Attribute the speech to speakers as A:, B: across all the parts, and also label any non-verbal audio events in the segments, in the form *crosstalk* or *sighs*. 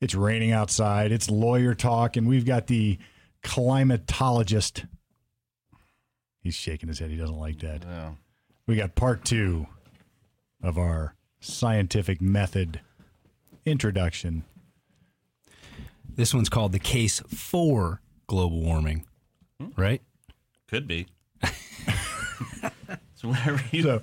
A: It's raining outside. It's lawyer talk, and we've got the climatologist. He's shaking his head. He doesn't like that.
B: Yeah.
A: We got part two of our scientific method introduction.
C: This one's called the case for global warming, right?
B: Could be. *laughs* so whenever you
A: So,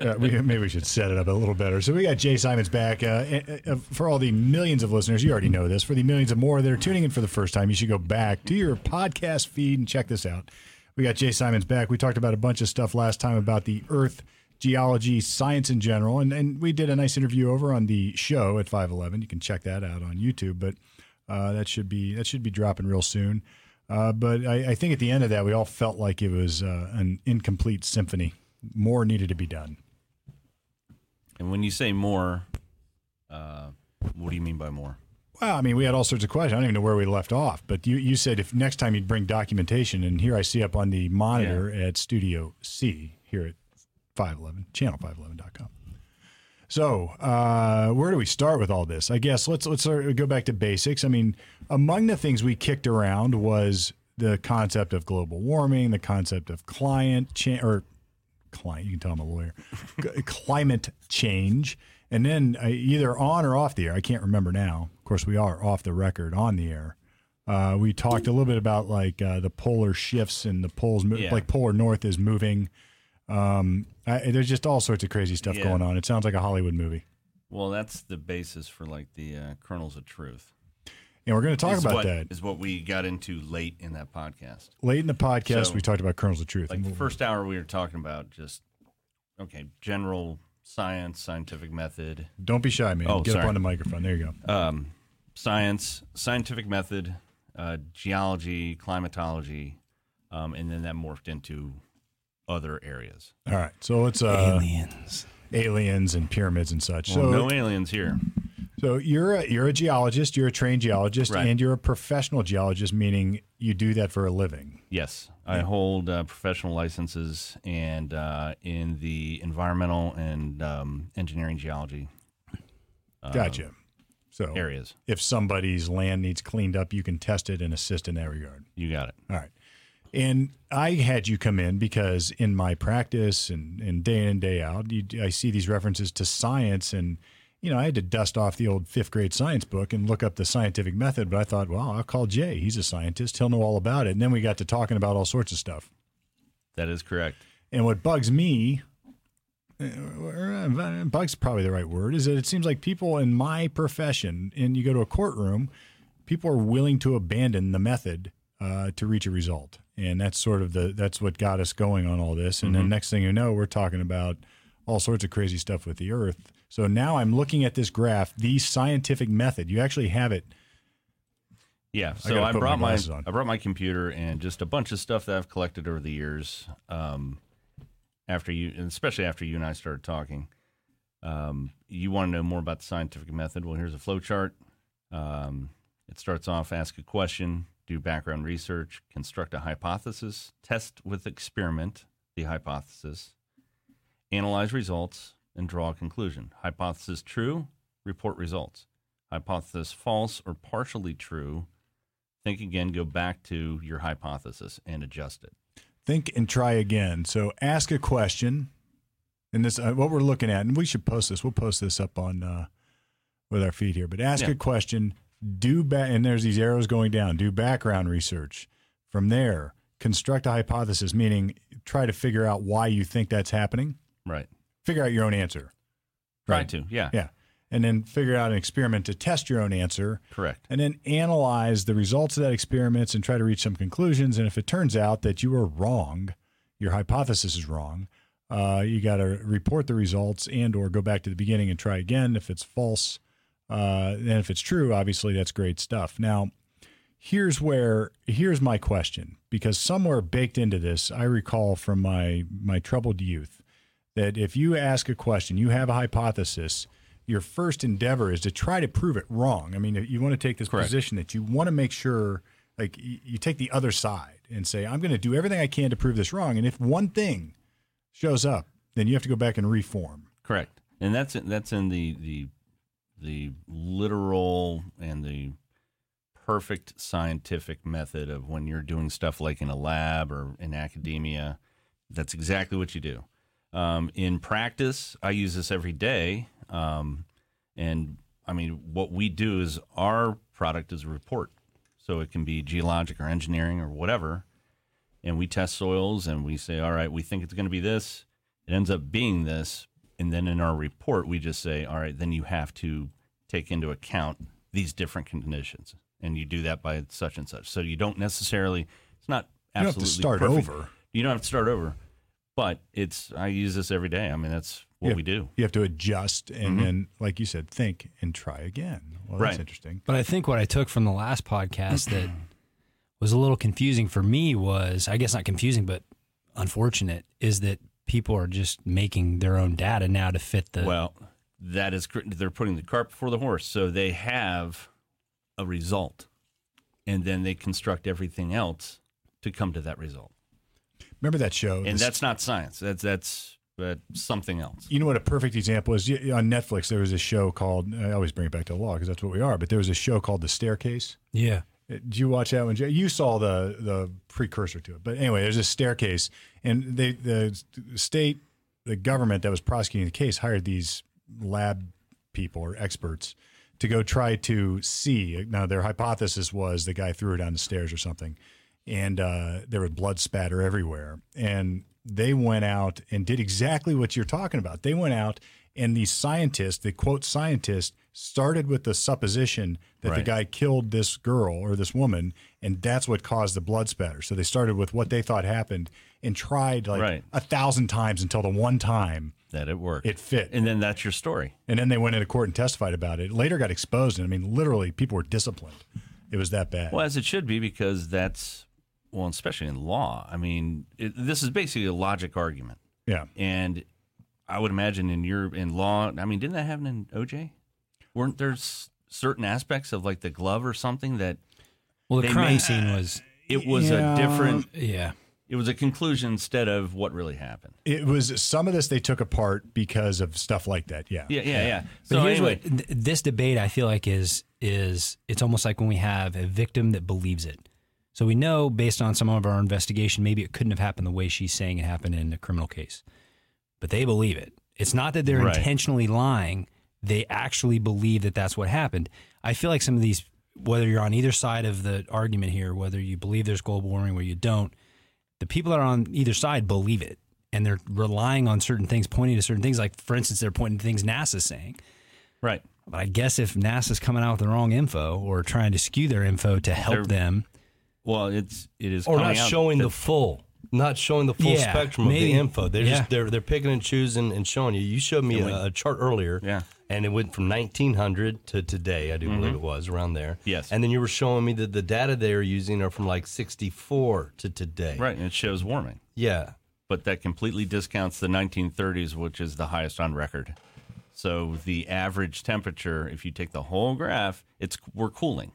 A: uh, we, maybe we should set it up a little better. So, we got Jay Simons back. Uh, uh, uh, for all the millions of listeners, you already know this. For the millions of more that are tuning in for the first time, you should go back to your podcast feed and check this out. We got Jay Simons back. We talked about a bunch of stuff last time about the Earth, geology, science in general. And, and we did a nice interview over on the show at 511. You can check that out on YouTube. But uh, that should be that should be dropping real soon. Uh, but I, I think at the end of that, we all felt like it was uh, an incomplete symphony. More needed to be done.
B: and when you say more, uh, what do you mean by more?
A: Well, I mean, we had all sorts of questions. I don't even know where we left off. But you, you said if next time you'd bring documentation, and here I see up on the monitor at Studio C here at 511, channel511.com. So, uh, where do we start with all this? I guess let's let's sort of go back to basics. I mean, among the things we kicked around was the concept of global warming, the concept of client cha- or client. You can tell I'm a lawyer. *laughs* C- climate change, and then uh, either on or off the air. I can't remember now. Of course, we are off the record on the air. Uh, we talked a little bit about like uh, the polar shifts and the poles, mo-
B: Yeah.
A: like polar north is moving. Um, I, there's just all sorts of crazy stuff
B: Yeah.
A: going on. It sounds like a Hollywood movie,
B: Well, that's the basis for like the uh, kernels of truth.
A: and we're going to talk
B: Is
A: about
B: what-
A: that
B: Is what we got into late in that podcast.
A: late in the podcast.
B: So,
A: we talked about kernels of truth.
B: Like the first hour, we were talking about just okay, general science, scientific method,
A: Don't be shy, man.
B: Oh,
A: Get
B: sorry.
A: up on the microphone. There you go.
B: um, science, scientific method, uh, geology, climatology, um, and then that morphed into other areas.
A: All right, so let's uh,
C: Aliens.
A: aliens and pyramids and such. so
B: Well, no aliens here.
A: So you're a, you're a geologist, you're a trained geologist,
B: Right.
A: and you're a professional geologist, meaning you do that for a living.
B: Yes, I hold uh, professional licenses and uh, in the environmental and um, engineering geology Um,
A: Gotcha. So
B: areas.
A: if somebody's land needs cleaned up, you can test it and assist in that regard.
B: You got it.
A: All right. And I had you come in because in my practice and, and day in day out, you, I see these references to science, and you know I had to dust off the old fifth grade science book and look up the scientific method. But I thought, well, I'll call Jay. He's a scientist; he'll know all about it. And then we got to talking about all sorts of stuff.
B: That is correct.
A: And what bugs me, uh, bugs probably the right word, is that it seems like people in my profession, and you go to a courtroom, people are willing to abandon the method uh, to reach a result, and that's sort of the that's what got us going on all this. And then next thing you know, we're talking about all sorts of crazy stuff with the Earth. So now I'm looking at this graph, the scientific method. You actually have it.
B: Yeah. So
A: gotta
B: I,
A: put my
B: brought my,
A: glasses on.
B: I brought my computer and just a bunch of stuff that I've collected over the years. Um, after you, and especially after you and I started talking, um, you want to know more about the scientific method. Well, here's a flow chart. Um, it starts off ask a question, do background research, construct a hypothesis, test with experiment the hypothesis, analyze results, and draw a conclusion. Hypothesis true, report results. Hypothesis false or partially true, think again, go back to your hypothesis and adjust it.
A: Think and try again. So ask a question, and this uh, what we're looking at, and we should post this. We'll post this up on uh, with our feed here. But ask
B: Yeah.
A: a question. Do back, and there's these arrows going down. Do background research. From there, construct a hypothesis, meaning try to figure out why you think that's happening.
B: Right.
A: Figure out your own answer.
B: Try
A: Right.
B: to. Yeah.
A: Yeah, and then figure out an experiment to test your own answer
B: Correct.
A: and then analyze the results of that experiments and try to reach some conclusions. And if it turns out that you were wrong, your hypothesis is wrong, uh, you got to report the results and or go back to the beginning and try again. If it's false, uh, and if it's true, obviously that's great stuff. Now, here's where here's my question because somewhere baked into this, I recall from my my troubled youth that if you ask a question, you have a hypothesis, your first endeavor is to try to prove it wrong. I mean, you want to take this
B: Correct.
A: position that you want to make sure, like, y- you take the other side and say, I'm going to do everything I can to prove this wrong. And if one thing shows up, then you have to go back and reform.
B: Correct. And that's that's in the the the literal perfect scientific method of when you're doing stuff like in a lab or in academia. That's exactly what you do. Um, in practice, I use this every day. Um, and I mean, what we do is our product is a report. So it can be geologic or engineering or whatever. And we test soils and we say, all right, we think it's going to be this. It ends up being this. And then in our report, we just say, all right, then you have to take into account these different conditions. And you do that by such and such. So you don't necessarily, it's not
A: You don't have
B: absolutely
A: to start
B: perfect.
A: over.
B: You don't have to start over. But it's, I use this every day. I mean, that's what
A: Yeah.
B: we do.
A: You have to adjust and then, like you said, think and try again. Well, that's
B: Mm-hmm. Right.
A: interesting.
C: But I think what I took from the last podcast that *clears throat* was a little confusing for me was, I guess not confusing, but unfortunate, is that people are just making their own data now to fit
A: Uh,
C: the.
B: Well, that is cr- they're putting the cart before the horse, so they have a result, and then they construct everything else to come to that result.
A: Remember that show?
B: And
A: this-
B: that's not science. That's that's that's something else.
A: you know what a perfect example is Y- on Netflix. There was a show called I always bring it back to the law because that's what we are. But there was a show called The Staircase.
C: yeah.
A: Did you watch that one? Jay? You saw the the precursor to it, but anyway, there's a staircase, and they the state, the government that was prosecuting the case hired these lab people or experts to go try to see. Now their hypothesis was the guy threw it down the stairs or something, and uh, there was blood spatter everywhere. And they went out and did exactly what you're talking about. They went out and the scientist, the quote scientist, started with the supposition that the
B: Right.
A: guy killed this girl or this woman, and that's what caused the blood spatter. So they started with what they thought happened and tried like
B: Right.
A: a thousand times until the one time
B: That it worked.
A: it fit.
B: and then that's your story.
A: And then they went into court and testified about it. Later got exposed. And I mean, literally, people were disciplined. It was that bad.
B: Well, as it should be, because that's well, especially in law. I mean, it, this is basically a logic argument,
A: Yeah.
B: and I would imagine in your in law. I mean, didn't that happen in OJ? Weren't there s- certain aspects of like the glove or something that
C: Well, the
B: They
C: crime
B: made-
C: scene was.
B: it was
A: Yeah.
B: a different
C: Yeah.
B: it was a conclusion instead of what really happened
A: It was some of this they took apart because of stuff like that. Yeah.
B: yeah yeah yeah
C: But
B: so
C: here's
B: anyway
C: what th- this debate I feel like is is it's almost like when we have a victim that believes it. So we know based on some of our investigation, maybe it couldn't have happened the way she's saying it happened in a criminal case, but they believe it. It's not that they're
B: Right.
C: intentionally lying; they actually believe that that's what happened. I feel like some of these, whether you're on either side of the argument here, whether you believe there's global warming or you don't, the people that are on either side believe it and they're relying on certain things pointing to certain things like for instance they're pointing to things nasa's saying
B: right
C: but i guess if nasa's coming out with the wrong info or trying to skew their info to help
B: They're-
C: them
B: well it's it is
D: or
B: coming
D: Oh, not
B: out
D: showing
B: that-
D: the full, not showing the full
C: Yeah,
D: spectrum
C: maybe.
D: of the info. They're
C: Yeah.
D: just they're they're picking and choosing and showing you. You showed me a, a chart earlier,
B: Yeah. Mm-hmm.
D: and it went from 1900 to today. I do believe it was around there.
B: Yes.
D: and then you were showing me that the data they are using are from like 64 to today.
B: right and it shows warming
D: Yeah.
B: but that completely discounts the 1930s which is the highest on record so the average temperature if you take the whole graph it's we're cooling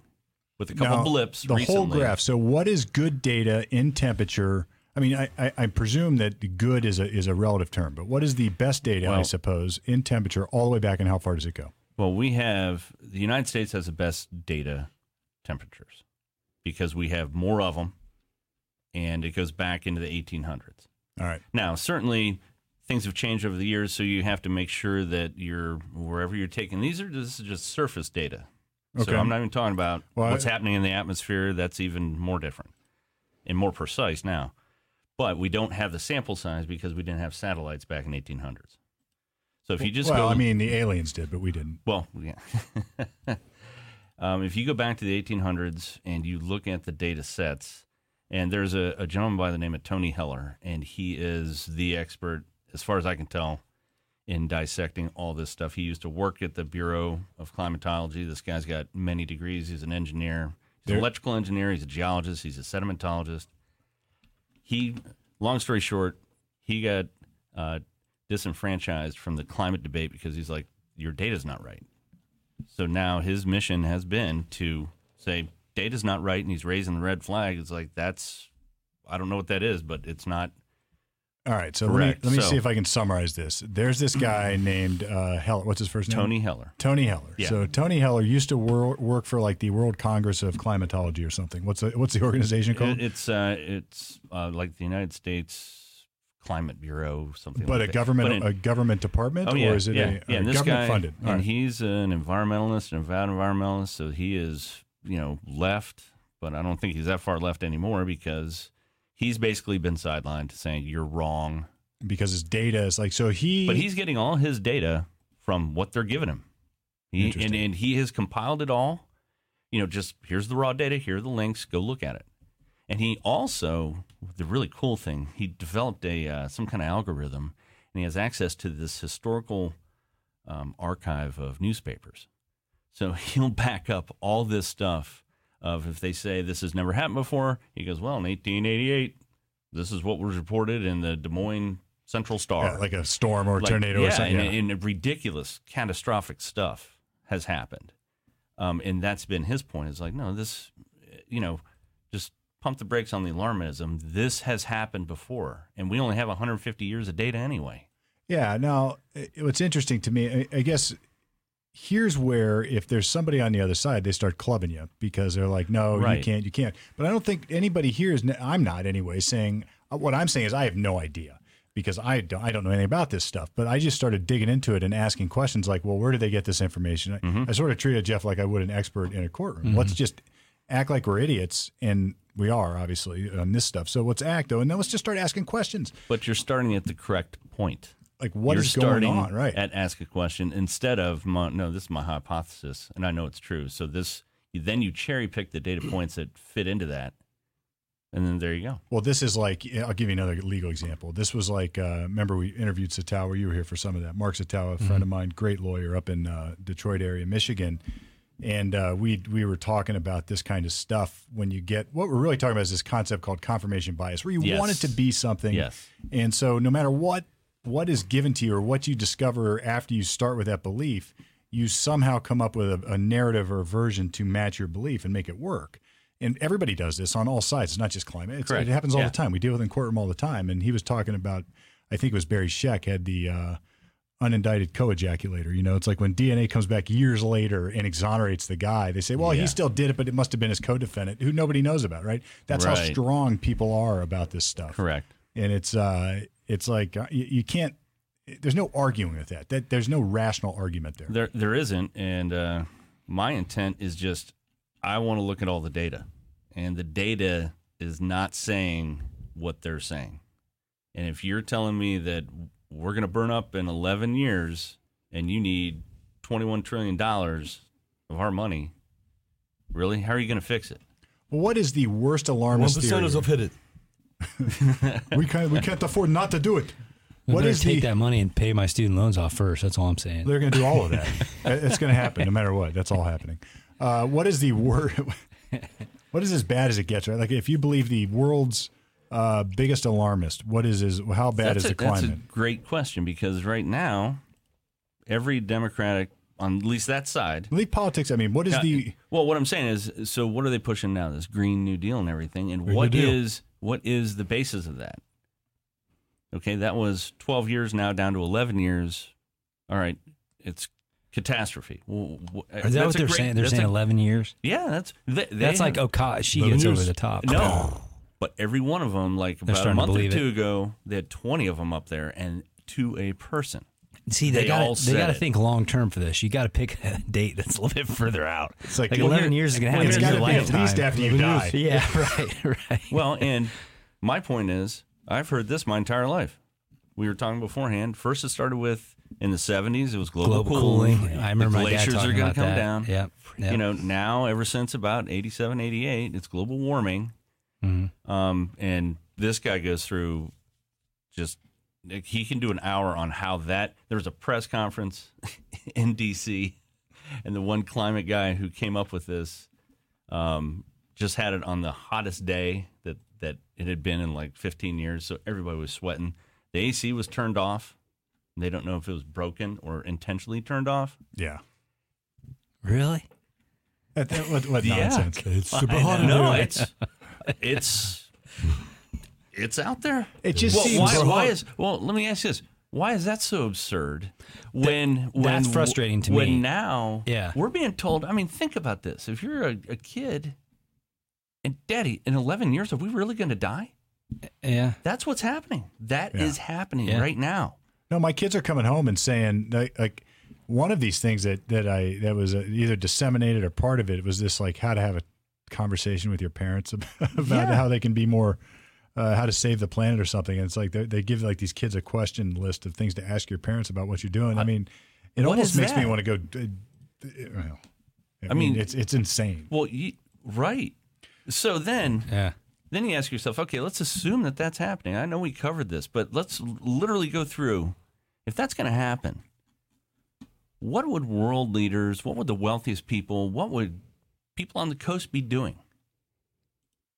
B: with a couple
A: Now,
B: blips
A: The
B: recently.
A: whole graph. So, what is good data in temperature? I mean, I, I, I presume that the good is a is a relative term, but what is the best data? I
B: Well-
A: suppose in temperature, all the way back, and how far does it go?
B: Well, we have the United States has the best data temperatures because we have more of them, and it goes back into the 1800s.
A: All right.
B: Now, certainly things have changed over the years, so you have to make sure that you're wherever you're taking these are this is just surface data.
A: Okay.
B: So I'm not even talking about
A: Well,
B: what's
A: I-
B: happening in the atmosphere. That's even more different and more precise now. But we don't have the sample size because we didn't have satellites back in 1800s. So if you just
A: well,
B: go,
A: I mean, the aliens did, but we didn't.
B: well, yeah. *laughs* um, if you go back to the 1800s and you look at the data sets, and there's a, a gentleman by the name of Tony Heller, and he is the expert, as far as I can tell, in dissecting all this stuff. He used to work at the Bureau of Climatology. This guy's got many degrees. He's an engineer, he's
A: There-
B: an electrical engineer, he's a geologist, he's a sedimentologist. He, long story short, he got uh, disenfranchised from the climate debate because he's like, your data's not right. So now his mission has been to say data's not right, and he's raising the red flag. It's like that's I don't know what that is, but it's not
A: All right, so let me,
B: Correct.
A: let me
B: So-
A: see if I can summarize this. There's this
B: *clears throat*
A: guy named uh, Heller. What's his first name?
B: Tony Heller.
A: Tony Heller.
B: Yeah.
A: So Tony Heller used to wor- work for like the World Congress of Climatology or something. What's the, what's the organization
B: It,
A: called?
B: it's uh, it's uh, like the United States Climate Bureau, something.
A: but a
B: like that.
A: government
B: But in-
A: a government department
B: oh yeah,
A: or is it
B: yeah,
A: a,
B: yeah,
A: a
B: and this
A: government
B: guy,
A: funded? All
B: and
A: right.
B: he's an environmentalist, an avowed environmentalist, so he is you know left, but I don't think he's that far left anymore because he's basically been sidelined to saying you're wrong.
A: because his data is like so he
B: But he's getting all his data from what they're giving him. He, and,
A: Interesting.
B: and he has compiled it all. You know, just here's the raw data, here are the links, go look at it. And he also, the really cool thing, he developed a uh, some kind of algorithm, and he has access to this historical um, archive of newspapers. So *laughs* he'll back up all this stuff of if they say this has never happened before, he goes, well, in 1888, this is what was reported in the Des Moines Central Star.
A: yeah, like a storm or a
B: Like,
A: tornado
B: yeah,
A: or something. yeah.
B: And, and ridiculous, catastrophic stuff has happened. Um, and that's been his point. It's like, no, this, you know, just pump the brakes on the alarmism. This has happened before, and we only have 150 years of data anyway.
A: Yeah. Now, i- what's interesting to me, I, I guess, here's where if there's somebody on the other side, they start clubbing you because they're like, "No, you
B: Right.
A: can't, you can't." But I don't think anybody here is. I'm not anyway. Saying uh, what I'm saying is, I have no idea because I don't, I don't know anything about this stuff. But I just started digging into it and asking questions like, "Well, where do they get this information?" I-
B: Mm-hmm.
A: I, sort of treated Jeff like I would an expert in a courtroom. Let's just act like we're idiots, and we are obviously on this stuff. So let's act though, and then let's just start asking questions.
B: But you're starting at the correct point.
A: Like, what
B: you're
A: is going
B: starting
A: on? Right.
B: at ask a question instead of my, no, this is my hypothesis, and I know it's true. So this, then you cherry pick the data points that fit into that, and then there you go.
A: Well, this is like I'll give you another legal example. This was like uh, remember we interviewed Satawa. You were here for some of that. Mark Satawa, a
B: Mm-hmm.
A: friend of mine, great lawyer up in uh, Detroit area, Michigan, and uh, we we were talking about this kind of stuff. When you get what we're really talking about is this concept called confirmation bias, where you
B: Yes.
A: want it to be something,
B: Yes.
A: and so no matter what what is given to you or what you discover after you start with that belief, you somehow come up with a, a narrative or a version to match your belief and make it work. And everybody does this on all sides. It's not just climate. It's, it
B: Correct.
A: happens all
B: Yeah.
A: the time. We deal with it in courtroom all the time. And he was talking about, I think it was Barry Sheck had the uh, unindicted co-ejaculator. You know, it's like when DNA comes back years later and exonerates the guy. They say, well, he
B: Yeah.
A: still did it, but it must have been his co-defendant, who nobody knows about, right? That's how
B: Right.
A: strong people are about this stuff
B: Correct.
A: and it's uh it's like uh, you, you can't there's no arguing with that that there's no rational argument there
B: There, there isn't, and uh, my intent is just I want to look at all the data, and the data is not saying what they're saying. And if you're telling me that we're going to burn up in 11 years, and you need 21 trillion dollars of our money, really, how are you going to fix it?
A: well, what is the worst
D: One
A: alarmist theory
D: percenters have hit it.
A: we can't we can't afford not to do it what
C: better
A: is
C: take
A: the
C: that money and pay my student loans off first. That's all I'm saying.
A: they're going to do all
C: *laughs*
A: of that It- it's going to happen no matter what that's all happening uh, what is the worst *laughs* what is as bad as it gets right like if you believe the world's uh, biggest alarmist what is is how bad is
B: that's a,
A: the
B: that's a
A: climate
B: great question because right now, every Democratic on at least that side
A: leave politics i mean what is
B: Yeah,
A: the
B: well, what I'm saying is, so what are they pushing now? This Green New Deal and everything, and
C: Green
B: what
C: New Deal.
B: is what is the basis of that? Okay, that was 12 years now down to 11 years. All right, it's catastrophe. Well, wh- that's
C: Is that
B: a
C: what they're
B: great-
C: saying? They're
B: that's
C: saying
B: a-
C: 11 years.
B: yeah, that's they, they
C: That's like
B: have-
C: okay, she
A: Eleven
C: gets over
A: years.
C: the top.
B: no, but every one of them, like about a
C: starting to
B: month or
C: believe it.
B: two ago, they had 20 of them up there, and to a person.
C: See, they,
B: They all
C: got they
B: said
C: got to
B: it.
C: think long term for this. You got to pick a *laughs* date that's a little bit further out. It's
A: like-
C: like,
A: Well,
C: 11
B: here-
C: years is going to
B: well,
C: happen
A: it's got
C: in your
A: to be at
C: lifetime.
A: least after you die
C: *laughs* Yeah, right, right.
B: *laughs* Well, and my point is, I've heard this my entire life. We were talking beforehand. First, it started with in the '70s. It was global,
C: Global cooling.
B: cooling.
C: I remember
B: the
C: my dad
B: glaciers
C: talking
B: are gonna
C: about
B: come
C: that.
B: down.
C: Yep, yep.
B: You know, now ever since about '87, '88, it's global warming. Um, and this guy goes through just he can do an hour on how that there was a press conference *laughs* in DC and the one climate guy who came up with this um, just had it on the hottest day that that it had been in like 15 years so everybody was sweating the AC was turned off they don't know if it was broken or intentionally turned off
A: yeah
C: Really?
A: That- that- what, what
B: Yeah.
A: nonsense
D: It's
B: I know, no it's it's it's out there.
A: It just
B: well,
A: seems-
B: why, why is well. Let me ask you this: Why is that so absurd? When when
C: that's frustrating to
B: when
C: me.
B: now,
C: Yeah.
B: we're being told. I mean, think about this: If you're a, a kid, and Daddy, in 11 years, are we really going to die?
C: Yeah.
B: That's what's happening. That is
A: Yeah.
B: happening
C: Yeah.
B: right now.
A: No, my kids are coming home and saying like, like one of these things that that I that was uh, either disseminated or part of it was this like how to have a conversation with your parents *laughs* ab- about
B: Yeah.
A: how they can be more uh, how to save the planet or something. And it's like they, they give like these kids a question list of things to ask your parents about what you're doing. I mean, it
B: what
A: almost
B: is
A: makes me
B: that?
A: want to go. d- d- well, I, mean,
B: mean-
A: it's it's insane.
B: Well, you, right. So then,
C: Yeah.
B: then you ask yourself, okay, let's assume that that's happening. I know we covered this, but let's l- literally go through if that's going to happen. What would world leaders, what would the wealthiest people, what would people on the coast be doing?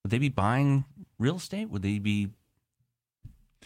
B: Would they be buying real estate? Would they be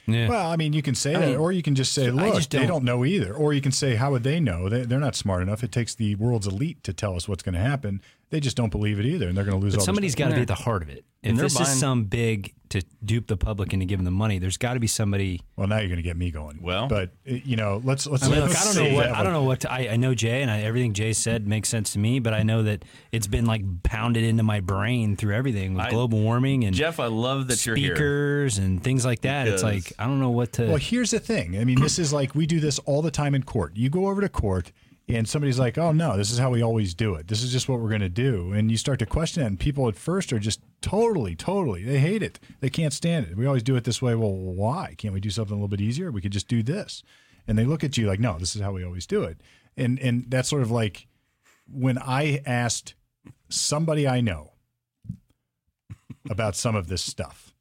C: Yeah.
A: Well, I mean, you can say
B: I
A: that,
B: mean,
A: or you can just say,
C: I
A: "Look,
C: just
A: they
C: don't-
A: don't know either." Or you can say, "How would they know? They, they're not smart enough. It takes the world's elite to tell us what's going to happen. They just don't believe it either, and they're going to lose."
C: But
A: all
C: somebody's
A: their
C: got to be
B: Yeah.
C: at the heart of it.
B: And
C: If
B: they're
C: this
B: buying-
C: is some big to dupe the public into giving them money, there's got to be somebody.
A: stuff. well, now you're going to get me going.
B: Well-
A: but uh, you know, let's let's.
C: I mean,
A: let's
C: look, I don't
A: save
C: know what
A: that
C: I don't
A: one.
C: know what to, I, I know Jay and I, everything Jay said makes sense to me, but I know that it's been like pounded into my brain through everything with
B: I-
C: global warming and
B: Jeff? I love that you're here.
C: speakers and things like that. it's
B: Because-
C: like I don't know what to.
A: Well, here's the thing. I mean, this is like we do this all the time in court. You go over to court and somebody's like, "Oh no, this is how we always do it. This is just what we're going to do." And you start to question it, and people at first are just totally, totally they hate it. They can't stand it. We always do it this way. Well, why can't we do something a little bit easier? We could just do this. And they look at you like, "No, this is how we always do it." And and that's sort of like when I asked somebody I know about some of this stuff.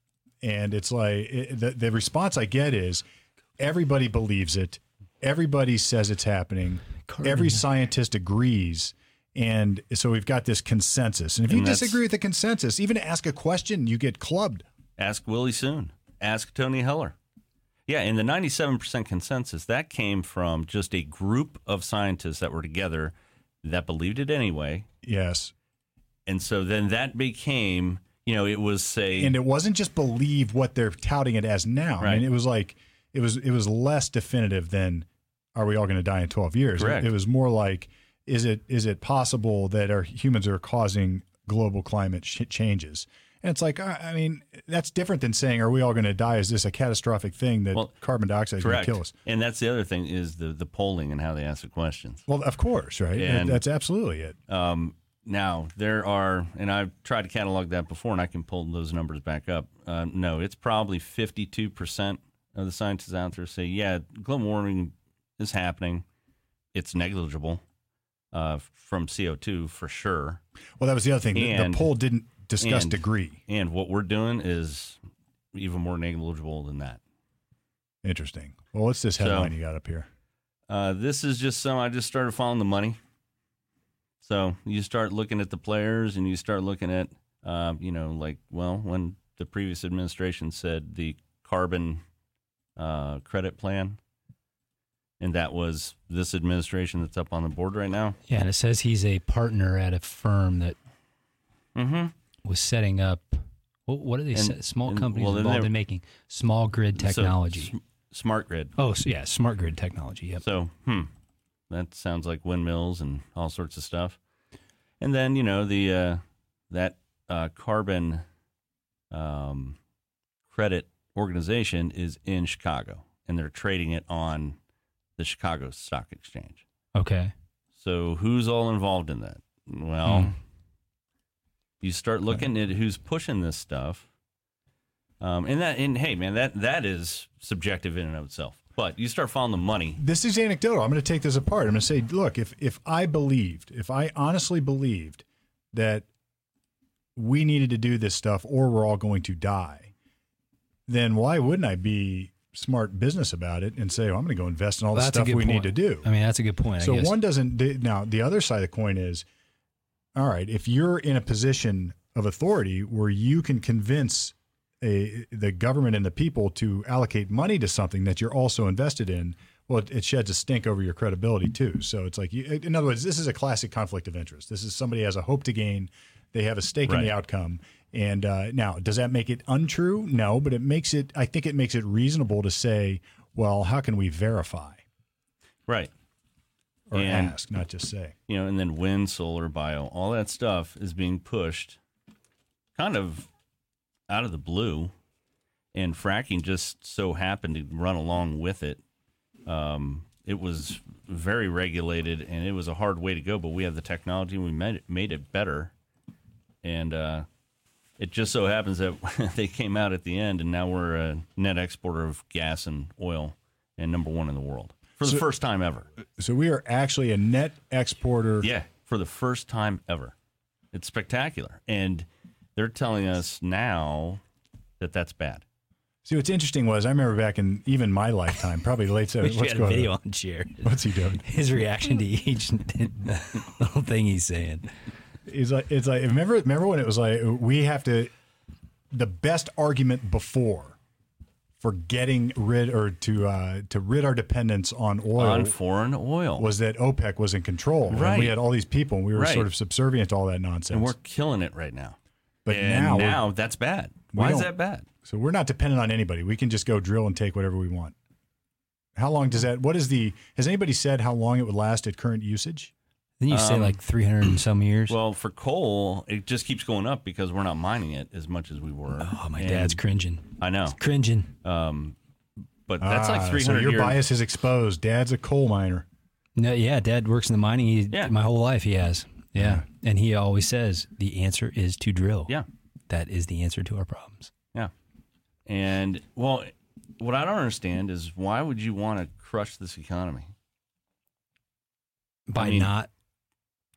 A: And it's like it, the, the response I get is everybody believes it, everybody says it's happening, every scientist agrees. And so we've got this consensus. And if you
B: And that's-
A: disagree with the consensus, even ask a question, you get clubbed.
B: Ask Willie Soon. Ask Tony Heller. Yeah, and the 97% consensus, that came from just a group of scientists that were together that believed it anyway.
A: Yes.
B: And so then that became, you know, it was a
A: And it wasn't just believe what they're touting it as now. I
B: Right.
A: mean, it was like it was it was less definitive than are we all going to die in 12 years?
B: Correct.
A: It was more like is it is it possible that our humans are causing global climate sh- changes? And it's like I I mean, that's different than saying are we all going to die? Is this a catastrophic thing that
B: Well,
A: carbon dioxide is going to
B: correct.
A: kill us?
B: And that's the other thing is the the polling and how they ask the questions.
A: Well, of course, right?
B: And-
A: that's absolutely it.
B: Um, now there are, and I've tried to catalog that before, and I can pull those numbers back up. Uh, no, it's probably fifty-two percent of the scientists out there say, yeah, global warming is happening. It's negligible uh, from CO two for sure,
A: Well, that was the other thing. The-
B: And-
A: the poll didn't discuss
B: and-
A: degree.
B: and what we're doing is even more negligible than that.
A: Interesting. Well, what's this headline you got up here?
B: Uh, this is just some. I just started following the money. So you start looking at the players, and you start looking at, uh, you know, like well, when the previous administration said the carbon uh, credit plan, and that was this administration that's up on the board right now.
C: yeah, and it says he's a partner at a firm that
B: Mm-hmm.
C: was setting up. What, what are they?
B: And-
C: say? small
B: and-
C: companies
B: well, then
C: involved
B: they-
C: in making small grid technology.
B: smart grid.
C: oh, so yeah, smart grid technology. Yep.
B: So, hmm, that sounds like windmills and all sorts of stuff. And then you know the uh, that uh, carbon um, credit organization is in Chicago, and they're trading it on the Chicago Stock Exchange.
C: Okay.
B: So, who's all involved in that? Well,
C: Hmm.
B: you start looking at who's pushing this stuff. Um, and that, and hey, man, that that is subjective in and of itself. But you start following the money.
A: this is anecdotal. I'm going to take this apart. I'm going to say, look, if if I believed, if I honestly believed that we needed to do this stuff or we're all going to die, then why wouldn't I be smart business about it and say, well, I'm going to go invest in all
C: Well,
A: the
C: that's a
A: stuff we
C: good
A: need
C: point.
A: to do?
C: I mean, that's a good point.
A: so
C: I guess.
A: one doesn't the- now the other side of the coin is all right if you're in a position of authority where you can convince a, the government and the people to allocate money to something that you're also invested in well it, it sheds a stink over your credibility too so it's like you, in other words this is a classic conflict of interest this is somebody has a hope to gain they have a stake in the
B: Right.
A: outcome And uh, now, does that make it untrue? No, but it makes it. I think it makes it reasonable to say, well, how can we verify
B: Right.
A: or
B: And-
A: ask, not just say?
B: you know, and then wind, solar, bio, all that stuff is being pushed kind of out of the blue. And fracking just so happened to run along with it. Um, it was very regulated and it was a hard way to go, but we have the technology and we made it, made it better. And uh, it just so happens that *laughs* they came out at the end and now we're a net exporter of gas and oil and number one in the world for the first time ever.
A: So we are actually a net exporter.
B: Yeah, for the first time ever. It's spectacular. And they're telling us now that that's bad.
A: See, what's interesting was I remember back in even my lifetime, probably
B: *laughs*
A: late
C: We
A: 70s.
C: should
A: What's
C: had a
A: going
C: video
A: on?
C: on Jared. *laughs*
A: What's he doing?
C: His reaction
A: *laughs*
C: to each *laughs* little thing he's saying.
A: It's like it's like remember remember when it was like we have to the best argument before for getting rid or to uh, to rid our dependence on oil
B: On foreign oil.
A: was that OPEC was in control. And
B: Right.
A: we had all these people and we were
B: Right.
A: sort of subservient to all that nonsense.
B: and we're killing it right now.
A: but
B: And
A: now,
B: now,
A: we're-
B: that's bad. Why is
A: don't-
B: that bad?
A: so we're not dependent on anybody. We can just go drill and take whatever we want. How long does that what is the has anybody said how long it would last at current usage?
C: Then you say
B: Um,
C: like 300 and some years.
B: Well, for coal, it just keeps going up because we're not mining it as much as we were.
C: oh, my
B: And-
C: dad's cringing.
B: I know.
C: Cringing.
B: Um, but that's
A: Ah,
B: like 300
A: So your
B: years.
A: bias is exposed. Dad's a coal
B: *laughs*
A: miner.
C: No, yeah, Dad works in the mining. He,
B: Yeah.
C: my whole life he has. Yeah, and he always says the answer is to drill.
B: Yeah.
C: that is the answer to our problems.
B: Yeah. And well, what I don't understand is why would you want to crush this economy?
C: By
B: mean-
C: not,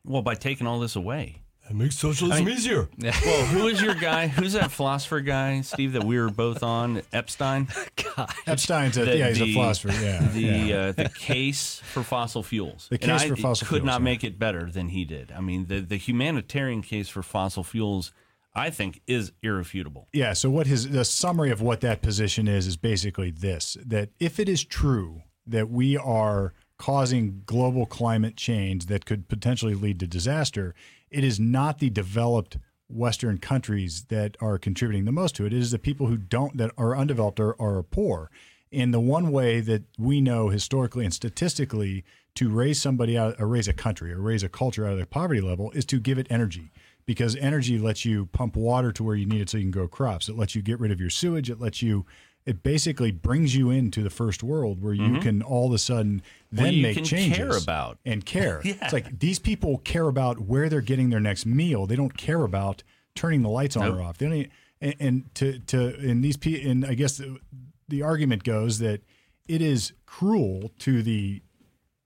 B: Well, by taking all this away.
D: That makes socialism easier.
B: *laughs* Well, who is your guy? Who's that philosopher guy, Steve, that we were both on? Epstein?
C: God,
A: Epstein's a
B: The-
A: yeah, he's
B: the-
A: a philosopher. Yeah,
B: The
A: yeah.
B: uh, the case for fossil fuels.
A: The
B: And
A: case
B: I
A: for fossil
B: could
A: fuels,
B: not
A: yeah.
B: make it better than he did. I mean, the, the humanitarian case for fossil fuels, I think, is irrefutable.
A: Yeah. So what his the summary of what that position is is basically this: that if it is true that we are causing global climate change that could potentially lead to disaster, it is not the developed Western countries that are contributing the most to it. It is the people who don't that are undeveloped or are poor. And the one way that we know historically and statistically to raise somebody out or raise a country or raise a culture out of their poverty level is to give it energy because energy lets you pump water to where you need it so you can grow crops. It lets you get rid of your sewage. It lets you. It basically brings you into the first world where you can all of a sudden then
B: Mm-hmm. you
A: make
B: can
A: changes
B: care about. *laughs*
A: and care. It's like these people care about where they're getting their next meal. They don't care about turning the lights on or off. They don't. e- And, and to to and these pe and I guess the, the argument goes that it is cruel to the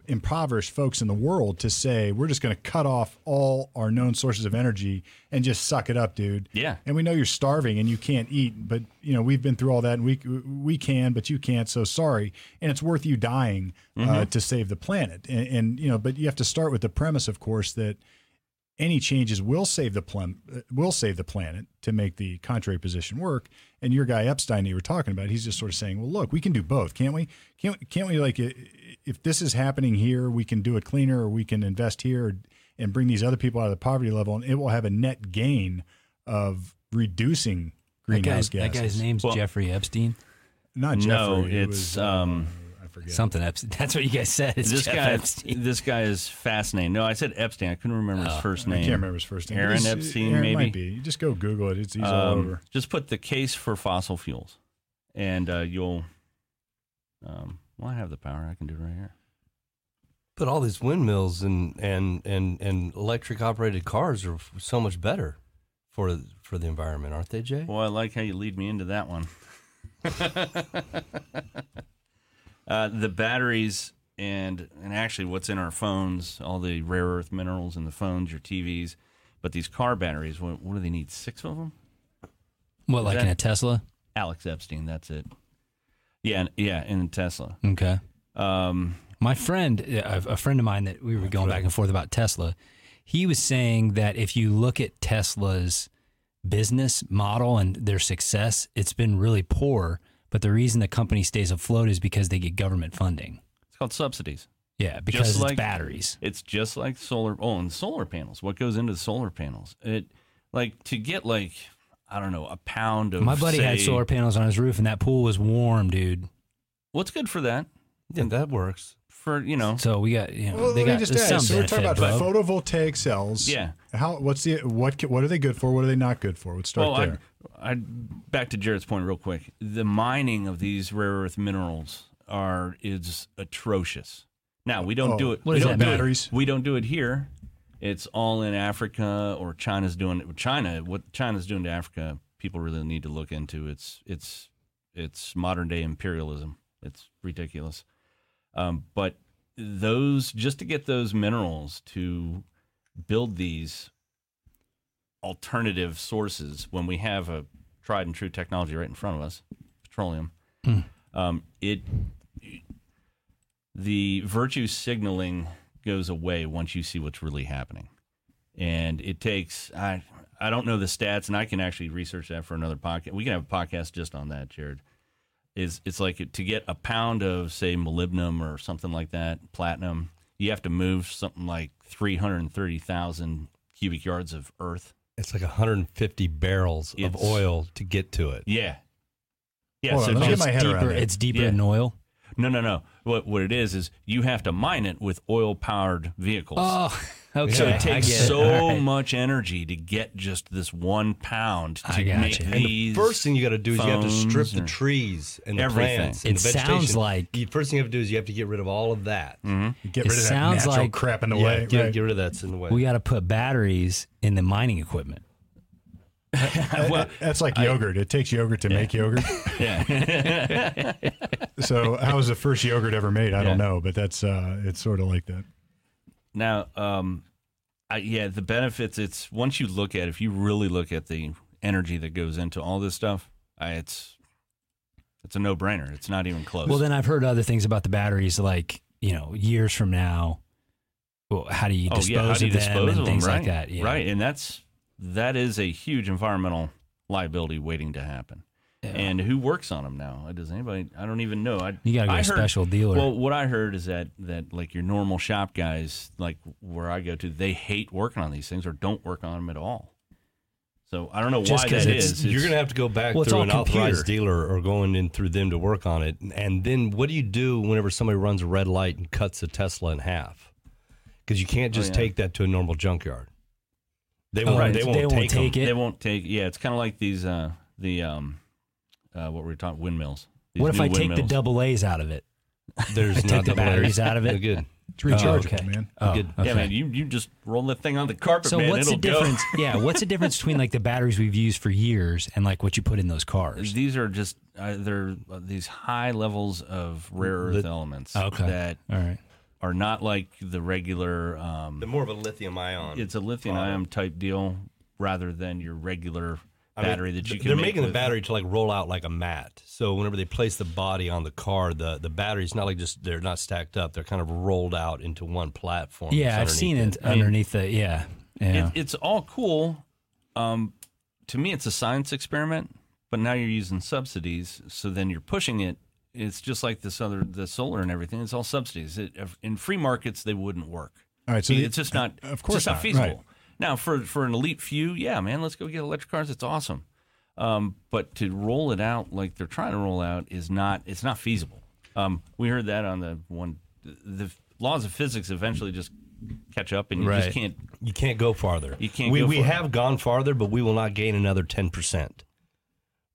A: impoverished folks in the world to say we're just going to cut off all our known sources of energy and just suck it up, dude.
B: Yeah.
A: And we know you're starving and you can't eat, but you know we've been through all that, and we we can, but you can't. So sorry, and it's worth you dying uh, to save the planet. And, and you know, but you have to start with the premise, of course, that any changes will save the plum, uh, will save the planet to make the contrary position work. And your guy Epstein, that you were talking about, he's just sort of saying, "Well, look, we can do both, can't we? Can't can't we like i- if this is happening here, we can do it cleaner, or we can invest here and bring these other people out of the poverty level, and it will have a net gain of reducing
C: that
A: greenhouse
C: guy's,
A: gases."
C: that guy's name's
B: Well-
C: Jeffrey Epstein.
A: Not Jeffrey.
B: No,
A: it
B: it's
A: was, uh,
B: um,
A: I forget.
C: Something Epstein. *laughs* That's what you guys said. It's
B: this
C: Jeff
B: guy.
C: Epstein.
B: This guy is fascinating. No, I said Epstein. I couldn't remember his first name.
A: Oh, I can't remember his first name. but
B: Aaron
A: he's-
B: Epstein,
A: Aaron
B: maybe.
A: Might be. Just go Google it. It's he's all
B: Um,
A: over.
B: Just put the case for fossil fuels, and uh, you'll. Um, well, I have the power. I can do it right here.
D: But all these windmills and and and and electric operated cars are f- so much better for for the environment, aren't they, Jay?
B: Well, I like how you lead me into that one. *laughs* uh, the batteries and and actually, what's in our phones? All the rare earth minerals in the phones, your TVs, but these car batteries. What, what do they need? Six of them.
C: What, like in
B: that-
C: a Tesla?
B: Alex Epstein. That's it. Yeah, and- yeah, in Tesla.
C: Okay.
B: Um,
C: My friend, a a friend of mine that we were going back and forth about Tesla, he was saying that if you look at Tesla's business model and their success, it's been really poor. But the reason the company stays afloat is because they get government funding.
B: it's called subsidies.
C: Yeah, because
B: like-
C: it's batteries.
B: It's just like solar. Oh, and solar panels. What goes into the solar panels? It like to get like I don't know, a pound of
C: My buddy had
B: say-
C: solar panels on his roof, and that pool was warm, dude.
B: What's good for that?
D: Yeah, that works.
B: For you know,
C: So we got, you know,
A: Well,
C: they
A: let me
C: got
A: just ask.
C: there's some
A: So we're
C: benefit,
A: talking about
C: bro.
A: photovoltaic cells.
B: Yeah.
A: How? What's the what? ca- What are they good for? What are they not good for? Let's start
B: well,
A: there.
B: I, I back to Jared's point real quick. The mining of these rare earth minerals are is atrocious. Now we don't
A: Oh,
B: do it.
C: what
B: we
C: does
B: don't do
C: that mean?
B: it-
A: Batteries?
B: We don't do it here. It's all in Africa or China's doing it. China, what China's doing to Africa, people really need to look into. It's it's it's modern day imperialism. It's ridiculous. Um, but those just to get those minerals to build these alternative sources when we have a tried and true technology right in front of us, petroleum. Um, it the virtue signaling goes away once you see what's really happening, and it takes I I don't know the stats, and I can actually research that for another podcast. We can have a podcast just on that, Jared. Is it's like to get a pound of say molybdenum or something like that, platinum, you have to move something like three hundred thirty thousand cubic yards of earth
D: It's like 150 barrels
B: It's-
D: of oil to get to it.
B: Yeah. Yeah.
A: Hold
B: so
A: on, let me
B: just-
A: get my head around
C: deeper,
A: it.
C: it's deeper
B: Yeah.
C: than oil.
B: no, no, no. What what it is is you have to mine it with oil powered vehicles.
C: Oh, *laughs* okay.
B: so
C: I
B: it takes
C: get it.
B: so
C: All right.
B: much energy to get just this one pound to
C: I
B: make
C: gotcha. And the
D: And the
B: these.
D: first thing you got to do is you have to strip
B: phones
D: the
B: or-
D: trees and the
B: Everything.
D: plants. And
C: It
D: the
C: sounds
D: vegetation.
C: like-
D: the first thing you have to do is you have to get rid of all of that.
A: Get
C: it
A: rid of that
C: sounds
A: natural
C: like-
A: crap in the
D: Yeah,
A: way.
D: Mm-hmm. get,
A: right.
D: get rid of that's in the way.
C: we got to put batteries in the mining equipment.
B: well,
A: That's like yogurt. It takes yogurt to make yogurt.
B: *laughs*
A: *laughs*
B: yeah.
A: so how was the first yogurt ever made? I don't know, but that's uh, it's sort of like that.
B: now, um, I, yeah, the benefits. It's once you look at, if you really look at the energy that goes into all this stuff, I, it's it's a no brainer. It's not even close.
C: Well, then I've heard other things about the batteries, like you know, years from now. Well, how do you dispose
B: Oh, how do you
C: of them
B: dispose
C: and
B: of
C: things
B: right?
C: like that? Yeah.
B: Right, and that's that is a huge environmental liability waiting to happen. And who works on them now? Does anybody? I don't even know. I,
C: You gotta go
B: I
C: to a
B: heard-
C: special dealer.
B: Well, what I heard is that that like your normal shop guys, like where I go to, they hate working on these things or don't work on them at all. So I don't know
C: Just
B: why
C: 'cause
B: that
C: it's-
B: is.
D: You're going to have to go back
C: Well, it's
D: through
C: all
D: an
C: computer.
D: authorized dealer or going in through them to work on it. And then what do you do whenever somebody runs a red light and cuts a Tesla in half? Because you can't just
B: yeah.
D: take that to a normal junkyard. They
C: Oh,
D: won't,
C: right.
D: they won't
C: They won't
D: take, 'em.
C: take it.
B: they won't take. Yeah, it's kind of like these uh the um uh what we were talking windmills. These
C: what if
B: new
C: I take the
B: windmills.
C: double A's out of it?
D: There's
C: *laughs* Take
D: not
C: the
D: double A's.
C: batteries out of it.
D: They're Good.
A: It's rechargeable,
C: okay.
A: man.
C: Oh,
D: Good.
B: Yeah, man, you, you just roll the thing on the carpet,
C: So
B: man.
C: what's the
B: it'll go. *laughs*
C: difference? yeah, what's the difference between like the batteries we've used for years and like what you put in those cars?
B: These are just uh, they're uh, these high levels of rare earth elements
C: Okay.
B: that
C: All right.
B: are not like the regular. Um,
D: They're more of a lithium ion.
B: it's a lithium
D: Uh,
B: ion type deal rather than your regular
D: I mean,
B: battery that you
D: th-
B: can.
D: They're
B: make
D: making the
B: with-
D: battery to like roll out like a mat. So whenever they place the body on the car, the the battery's not like just they're not stacked up. They're kind of rolled out into one platform.
C: Yeah, I've seen it underneath the yeah. Yeah.
B: It, it's all cool. Um, to me, it's a science experiment, but now you're using subsidies, so then you're pushing it. It's just like this other the solar and everything. It's all subsidies. It, in free markets, they wouldn't work.
A: All right, so the-
B: it's just not.
A: Of
B: it's
A: course
B: just not,
A: not,
B: feasible.
A: right.
B: Now, for for an elite few, yeah, man, let's go get electric cars. It's awesome. Um, but to roll it out like they're trying to roll out is not. It's not feasible. Um, we heard that on the one. The laws of physics eventually just catch up, and you
D: Right.
B: just can't.
D: You can't go farther.
B: You can't
D: We
B: go
D: we
B: farther.
D: have gone farther, but we will not gain another ten percent.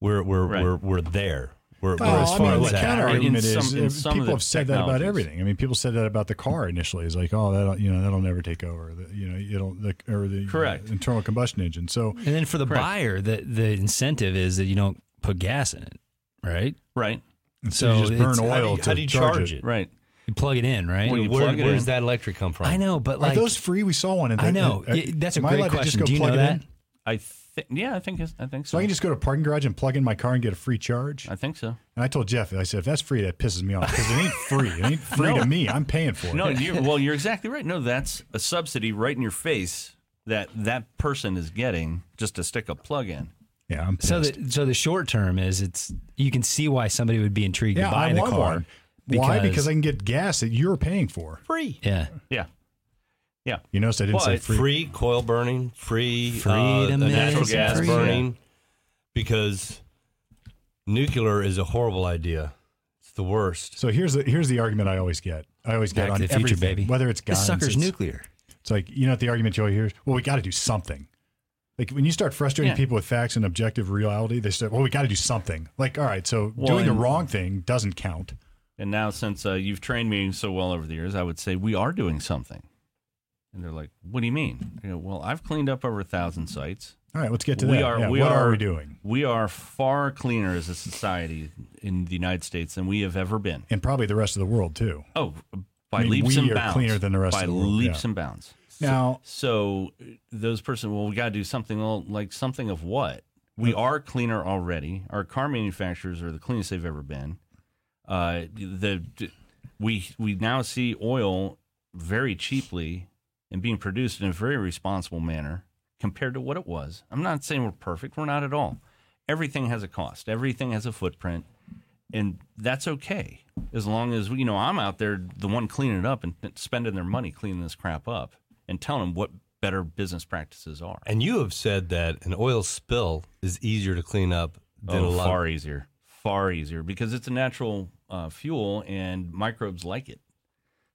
D: We're we're
B: Right.
D: we're we're there. We're,
A: Well,
D: we're as
A: I
D: far
A: mean,
D: as
A: the
D: that.
A: counter argument
B: In
A: is
B: some- in
A: uh,
B: some of
A: people
B: the
A: have said that about
B: technologies.
A: everything. I mean, people said that about the car initially. It's like, oh, that you know, that'll never take over. The, you know, it'll the, or the
B: Correct.
A: uh, internal combustion engine. So
C: and then for the buyer, the the incentive is that you don't put gas in it, right?
B: Right.
A: so
C: So
A: you just burn
C: it's-
A: oil
D: How do you,
A: to
D: how do you charge it?
B: Right.
C: You plug it in, right?
B: Well, you
D: Where,
B: plug it
D: where
B: in.
D: does that electric come from?
C: I know, but
A: Are
C: like
A: those free? We saw one. In the,
C: I know.
A: uh,
C: Yeah, that's a
A: am I allowed
C: great
A: to just
C: question.
A: go
C: Do you
A: plug
C: know
A: it in?
C: that?
B: I think. Yeah, I think. it's- I think so.
A: So I can just go to a parking garage and plug in my car and get a free charge.
B: I think so.
A: And I told Jeff, I said, if that's free, that pisses me off because it ain't free. It ain't free to me. I'm paying for it.
B: No, you well, you're exactly right. No, that's a subsidy right in your face that that person is getting just to stick a plug in.
A: yeah, I'm pissed.
C: So the so the short term is it's you can see why somebody would be intrigued
A: yeah,
C: to buy
A: I
C: the
A: want
C: car.
A: one. Why? Because I can get gas that you're paying for.
D: Free.
C: yeah.
B: Yeah, yeah.
A: You notice I didn't
B: Well,
A: say
B: it-
A: free.
D: free coil burning, free uh,
C: Freedom
D: natural
C: is
D: gas
C: free.
D: burning. because nuclear is a horrible idea. It's the worst.
A: So here's the here's the argument I always get. I always get
C: Back to
A: on
C: the future,
A: everything,
C: baby.
A: Whether it's guns,
C: This sucker's
A: it's,
C: nuclear.
A: it's like you know what the argument you always hear. is, Well, we got to do something. Like when you start frustrating
B: Yeah.
A: people with facts and objective reality, they say, "Well, we got to do something." Like, all right, so
B: Well,
A: doing the
B: and-
A: wrong thing doesn't count.
B: And now, since uh, you've trained me so well over the years, I would say we are doing something. And they're like, "What do you mean?" You know, well, I've cleaned up over a thousand sites.
A: All right, let's get to
B: we
A: that.
B: are.
A: Yeah,
B: we
A: what
B: are,
A: we doing?
B: We are far cleaner as a society in the United States than we have ever been.
A: And probably the rest of the world too.
B: Oh, by
A: I mean,
B: leaps
A: we
B: and
A: are
B: bounds.
A: cleaner than the rest
B: by
A: of the world,
B: leaps
A: yeah.
B: and bounds.
A: Now,
B: So uh, those person, well, we got to do something. Well, like something of what? We are cleaner already. Our car manufacturers are the cleanest they've ever been. Uh, the we we now see oil very cheaply and being produced in a very responsible manner compared to what it was. I'm not saying we're perfect. We're not at all. Everything has a cost. Everything has a footprint, and that's okay as long as you know I'm out there the one cleaning it up and spending their money cleaning this crap up and telling them what better business practices are.
D: And you have said that an oil spill is easier to clean up than
B: oh,
D: a lot.
B: far easier, far easier because it's a natural uh, fuel and microbes like it.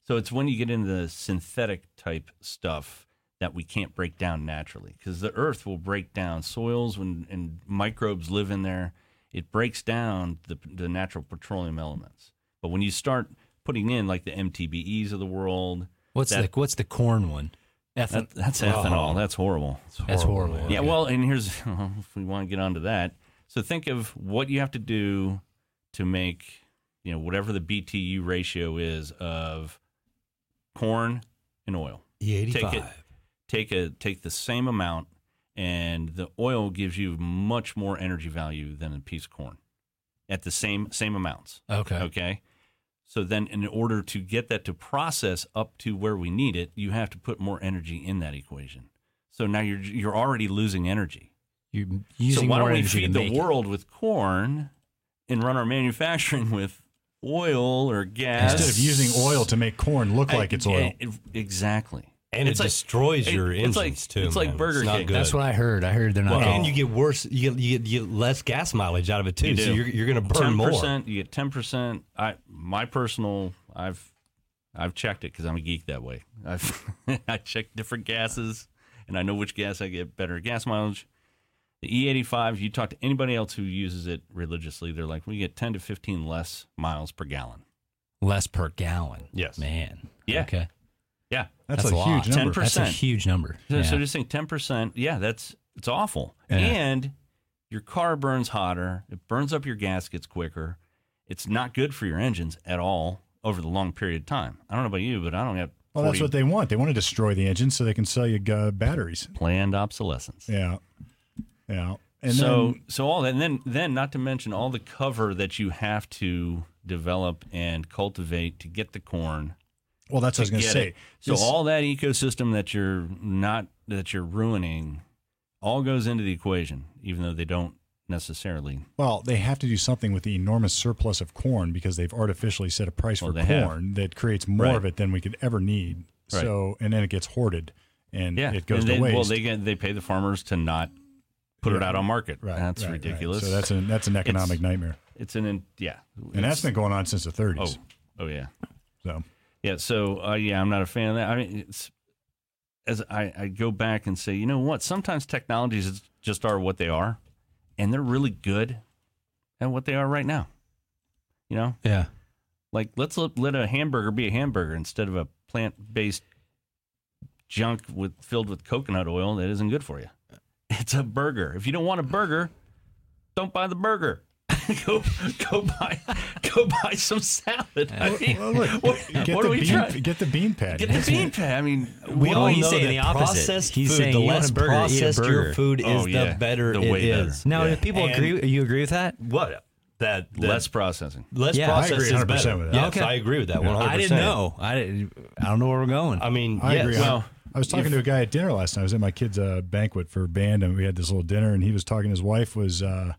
B: So it's when you get into the synthetic type stuff that we can't break down naturally because the earth will break down soils when and microbes live in there. It breaks down the, the natural petroleum elements. But when you start putting in like the MTBEs of the world,
C: What's
B: That-
C: the what's the corn one? Ethan.
B: that, that's ethanol. That's horrible.
C: That's horrible.
D: man.
B: Yeah, well, and here's *laughs* if we want to get onto that. So think of what you have to do to make, you know, whatever the BTU ratio is of corn and oil.
C: E
D: E85.
B: Take it. Take a take the same amount and the oil gives you much more energy value than a piece of corn at the same same amounts.
C: okay.
B: Okay. So then, in order to get that to process up to where we need it, you have to put more energy in that equation. So now you're you're already losing energy.
C: You're using
B: so why
C: more
B: don't we
C: energy
B: feed
C: to
B: the
C: make it.
B: world with corn and run our manufacturing *laughs* with oil or gas
A: instead of using oil to make corn look like it's oil,
B: I- exactly.
D: And
B: It's
D: it
B: like-
D: destroys
B: it-
D: your
B: it's
D: engines
B: like-
D: too.
B: it's like
D: man.
B: Burger
D: it's not
B: King.
D: Good.
C: That's what I heard. I heard they're not.
D: Well,
C: all-
D: and you get worse. You get, you get, you get less gas mileage out of it too.
B: You
D: so
B: do.
D: you're, you're going to burn
B: Ten
D: more.
B: percent, you get ten percent. I my personal, I've I've checked it because I'm a geek that way. I've *laughs* I checked different gases, and I know which gas I get better gas mileage. The E85, you talk to anybody else who uses it religiously, they're like, we get 10 to 15 less miles per gallon.
C: less per gallon.
D: Yes.
C: Man.
B: Yeah.
C: Okay.
B: Yeah.
A: that's,
C: That's
A: a,
C: a lot.
A: huge number.
B: 10%.
C: That's a huge number.
B: So,
C: yeah.
B: so just think 10%. Yeah, that's it's awful.
C: Yeah.
B: And your car burns hotter, it burns up your gaskets quicker. It's not good for your engines at all over the long period of time. I don't know about you, but I don't have
A: Well, that's
B: 40
A: what they want. They want to destroy the engine so they can sell you uh, batteries.
B: planned obsolescence.
A: Yeah, yeah. And
B: so
A: then,
B: so all that and then then not to mention all the cover that you have to develop and cultivate to get the corn.
A: well, that's what I was going to
B: get
A: say.
B: it. So
A: This-
B: all that ecosystem that you're not that you're ruining all goes into the equation, even though they don't necessarily
A: Well, they have to do something with the enormous surplus of corn because they've artificially set a price
B: Well,
A: for
B: they have.
A: corn that creates more
B: Right.
A: of it than we could ever need.
B: Right.
A: So, and then it gets hoarded and
B: Yeah,
A: it goes
B: and they,
A: to waste.
B: Well, they get, they pay the farmers to not put it
A: Yeah.
B: out on market. Right, that's
A: right, right.
B: ridiculous.
A: So that's an that's an economic nightmare,
B: it's an in- yeah,
A: and that's been going on since the 30s.
B: oh *laughs* oh yeah
A: So,
B: yeah. So uh, yeah, I'm not a fan of that. I mean, it's as I, I go back and say, you know what? Sometimes technologies is- just are what they are, and they're really good at what they are right now. You know,
C: yeah.
B: like let's let, let a hamburger be a hamburger instead of a plant based junk with filled with coconut oil that isn't good for you. It's a burger. If you don't want a burger, don't buy the burger. *laughs* go go buy go buy some salad. I mean,
A: well, look,
B: what,
A: get,
B: what
A: the
B: are we
A: bean,
B: trying?
A: get the bean pad.
B: Get the bean pad.
A: *laughs*
B: I mean,
D: We
C: Well,
D: all
C: he's
D: know
C: saying
D: that
C: the opposite.
D: processed
C: He's
D: food,
C: saying
D: the
C: you want
D: less
C: a burger, eat a
D: processed your
C: burger.
D: food is,
B: Oh, yeah.
D: the better
B: The
D: it
B: way better.
D: is.
C: Now,
B: Yeah.
C: if people
D: And-
C: agree, you agree with that?
D: What that, that
B: Less processing.
D: less
C: Yeah. I
D: processed
A: agree
D: is
A: 100%
D: better.
A: with that.
D: Yes,
C: Okay.
D: I agree with that. One hundred
C: I didn't know. I didn't, I don't know where we're going.
D: I mean,
A: I
D: yes.
A: agree.
B: Well,
A: I was talking to a guy at dinner last night. I was at my kid's uh, banquet for a band, and we had this little dinner. And he was talking. His wife was. Uh,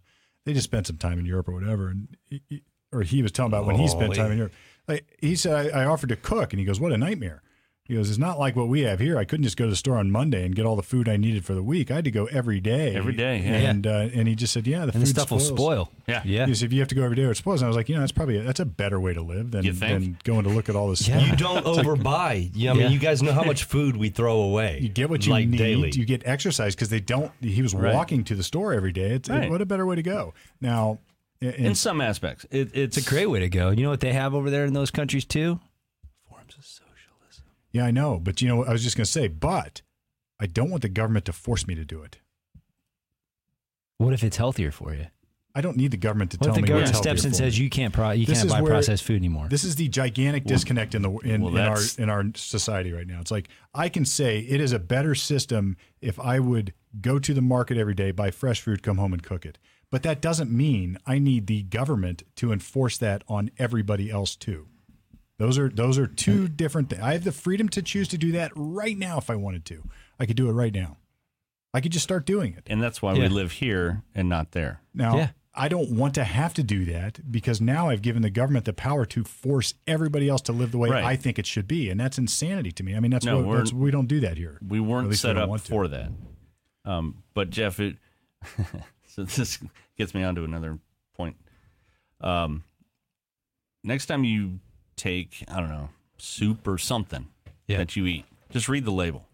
A: they just spent some time in Europe or whatever, and he, he- or he was telling about when he spent
D: Holy.
A: time in Europe. Like he said, I, I offered to cook, and he goes, "What a nightmare." He goes, it's not like what we have here. I couldn't just go to the store on Monday and get all the food I needed for the week. I had to go every day.
B: Every day, yeah.
A: And uh, and he just said, yeah, the
C: and
A: food
C: the stuff
A: spoils.
C: will spoil.
B: Yeah.
C: yeah.
A: He said, if you have to go every day, it spoils. And I was like, you know, that's probably that's a better way to live than,
B: You think?
A: than going to look at all this.
C: Yeah.
A: stuff.
D: You don't overbuy. You, I mean,
C: Yeah.
D: you guys know how much food we throw away.
A: You get what you
D: like
A: need.
D: daily.
A: You get exercise because they don't. He was
B: Right.
A: walking to the store every day. It's, it-
B: Right.
A: what a better way to go. Now, and,
B: in some aspects. It, it's,
C: It's a great way to go. You know what they have over there in those countries too? Forms of socialism.
A: yeah, I know, but you know, I was just going to say, but I don't want the government to force me to do it.
C: What if it's healthier for you?
A: I don't need the government to
C: What
A: tell
C: if the
A: me
C: government
A: what's
C: steps
A: healthier
C: in
A: for
C: says
A: me?
C: you can't pro- you
A: This
C: can't
A: is
C: buy
A: where-
C: processed food anymore?
A: This is the gigantic disconnect in the in,
B: well,
A: in our
B: that's-
A: in our society right now. It's like I can say it is a better system if I would go to the market every day, buy fresh food, come home and cook it. But that doesn't mean I need the government to enforce that on everybody else too. Those are those are two different things. I have the freedom to choose to do that right now if I wanted to. I could do it right now. I could just start doing it.
B: and that's why
C: Yeah.
B: we live here and not there.
A: Now,
C: Yeah.
A: I don't want to have to do that because now I've given the government the power to force everybody else to live the way
B: Right.
A: I think it should be, and that's insanity to me. I mean, that's,
B: No,
A: what,
B: we're-
A: that's we don't do that here.
B: We
A: At
B: weren't
A: least we
B: set
A: don't
B: up
A: want to.
B: for that. Um, but Jeff, it, *laughs* so this gets me onto another point. Um, next time you take, I don't know, soup or something
C: Yeah.
B: that you eat, just read the label.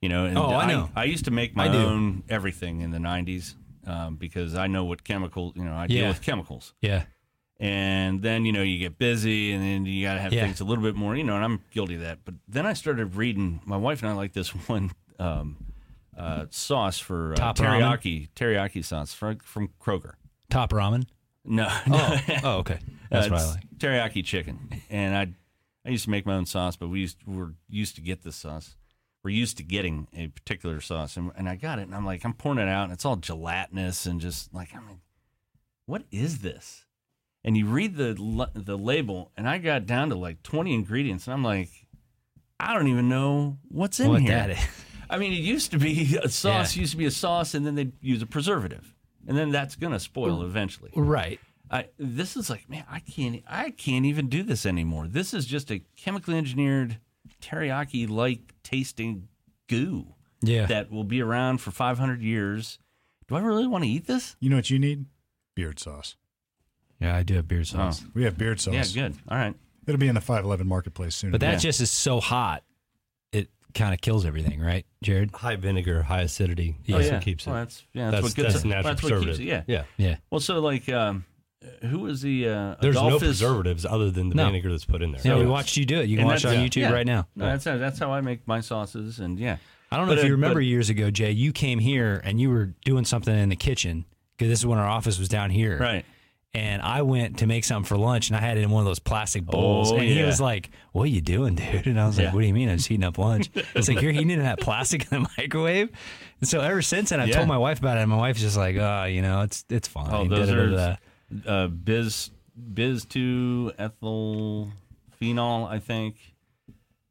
B: You know, and
C: Oh, I know.
B: I, used to make my
C: I do.
B: own everything in the '90s um, because I know what chemical. You know, I deal
C: Yeah.
B: with chemicals.
C: yeah.
B: and then you know you get busy and then you got to have
C: Yeah.
B: things a little bit more you know and i'm guilty of that but then i started reading my wife and i like this *laughs* one um, uh, sauce for uh,
C: Top
B: teriyaki teriyaki sauce from, from kroger
C: Top ramen.
B: no *laughs*
C: *laughs* Oh, oh okay. That's
B: uh,
C: what I
B: it's
C: like.
B: Teriyaki chicken, and I I used to make my own sauce, but we used we're used to get this sauce. We're used to getting a particular sauce, and and I got it, and I'm like I'm pouring it out, and it's all gelatinous and just like I'm like, what is this? And you read the la- the label, and I got down to like 20 ingredients, and I'm like, I don't even know what's in
C: What
B: here.
C: that is.
B: I mean, it used to be a sauce,
C: Yeah.
B: used to be a sauce, and then they would use a preservative, and then that's gonna spoil eventually.
C: Right.
B: I, this is like, man, I can't, I can't even do this anymore. This is just a chemically engineered teriyaki-like tasting goo
C: Yeah.
B: that will be around for 500 years. Do I really want to eat this?
A: You know what you need? Beard sauce.
C: yeah, I do have
B: Oh.
C: beard sauce.
A: We have beard sauce.
B: Yeah, good. All right.
A: It'll be in the 511 marketplace soon.
C: But that
B: Yeah.
C: just is so hot. It kind of kills everything, right, Jared?
D: high vinegar, high acidity.
C: Yeah.
D: That's
B: Oh, yeah.
D: what keeps it.
B: Well, that's yeah, that's,
D: that's,
B: what gets
D: that's
B: it.
D: natural
B: that's what
D: preservative.
B: keeps it. Yeah.
D: yeah.
C: Yeah.
B: Well, so like, um, who was the uh,
D: There's no
B: Adolphus?
D: preservatives other than the
C: No.
D: vinegar that's put in there.
C: yeah, we watched you do it. You can
B: And
C: watch it on
B: that's-
C: YouTube
B: yeah.
C: right now.
B: No, that's how, that's how I make my sauces, and yeah,
C: I don't know
B: But,
C: if you
B: uh,
C: remember
B: but-
C: years ago, Jay, you came here and you were doing something in the kitchen because this is when our office was down here.
B: right.
C: And I went to make something for lunch and I had it in one of those plastic bowls.
B: Oh,
C: and he
B: yeah.
C: was like, What are you doing, dude? And I was
B: Yeah.
C: like, What do you mean? I'm just heating up lunch. it's like, You're heating that plastic in the *laughs* microwave. And so ever since then, I've
B: Yeah.
C: told my wife about it. And my wife's just like, Oh, you know, it's it's fine.
B: Oh, those
C: Da-da-da-da.
B: are uh, biz biz two ethyl phenol, I think.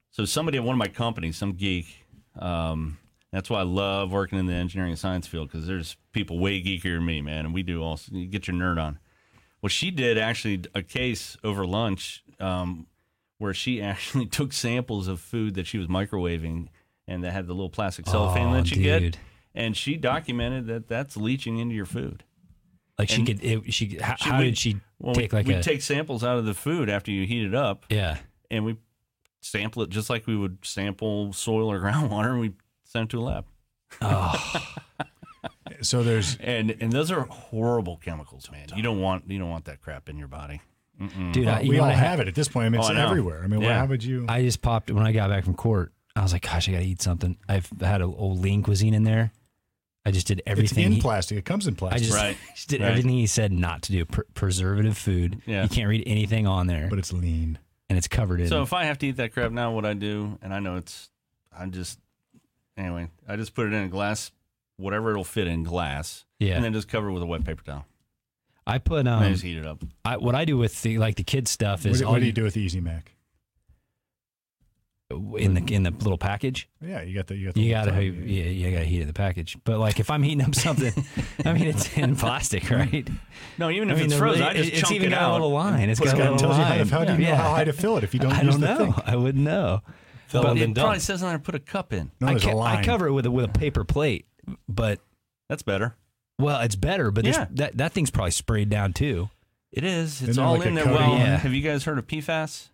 B: So somebody at one of my companies, some geek. Um, that's why I love working in the engineering and science field because there's people way geekier than me, man, and we do all. You get your nerd on. Well, she did actually a case over lunch um, where she *laughs* actually took samples of food that she was microwaving and that had the little plastic cellophane
C: Oh,
B: that you
C: dude.
B: get, and she documented that that's leaching into your food.
C: Like she
B: And-
C: could, it, she could- how,
B: She-
C: how
B: we-
C: did she
B: Well,
C: take
B: we,
C: like
B: we
C: a
B: take samples out of the food after you heat it up,
C: yeah?
B: and we sample it just like we would sample soil or *laughs* groundwater, and we send it to a lab.
C: Oh,
A: so there's
B: And and those are horrible chemicals, man. You don't want you don't want that crap in your body. *laughs*
C: dude, I, you
A: we
C: know
A: all
C: what I had?
A: have it at this point. I mean, it's
B: Oh, I know.
A: everywhere. I mean, why
B: Yeah.
A: how would you?
C: I just popped when I got back from court. I was like, gosh, I gotta eat something. I've had an old lean cuisine in there. I just did
A: it's
C: everything.
A: in
C: he,
A: plastic. It comes in
C: I
A: plastic.
C: just,
B: Right,
C: *laughs* just did
B: right.
C: everything he said not to do. Pr- preservative food.
B: Yeah.
C: You can't read anything on there,
A: but it's lean.
C: and it's covered in.
B: So if I have to eat that crap now, what I do, and I know it's, I just anyway, I just put it in a glass, whatever it'll fit in glass,
C: yeah,
B: and then just cover it with a wet paper towel.
C: I put
B: And I
C: um,
B: just heat it up.
C: I, what I do with the like the kids stuff
A: What,
C: is
A: do-
C: I'll-
A: what do you do with the Easy Mac?
C: in the in the little package.
A: Yeah, you got the you got the
C: You
A: little
C: gotta
A: top.
C: yeah, you gotta heat in the package. But like if I'm heating
B: *laughs*
C: up something, I mean it's in plastic, right?
B: No, even
C: I
B: if
C: mean
B: it's
C: the-
B: frozen, I
C: it-
B: just
C: it's
B: chunk
C: even
B: it
C: got
B: out.
C: a little line. It's
A: Well,
C: got a
A: it's got-
C: little
A: it tells you how
C: line.
A: to, how do you know
C: Yeah.
A: how high to fill it if you don't
C: I
A: use
C: don't
A: the thing?
C: know. I wouldn't know.
D: Fell
B: But
D: and then
B: it probably
D: dumped.
B: says on there, put a cup in.
A: No,
C: I,
A: there's a
C: ca- I
A: line.
C: cover it with a, with a paper plate, but
B: That's better.
C: well, it's better. But there's
B: Yeah.
C: that that thing's probably sprayed down too.
B: It is. It's
A: Isn't there
B: all
A: like a
B: in there.
A: coating
B: Well,
C: on it?
B: have you guys heard of PFAS?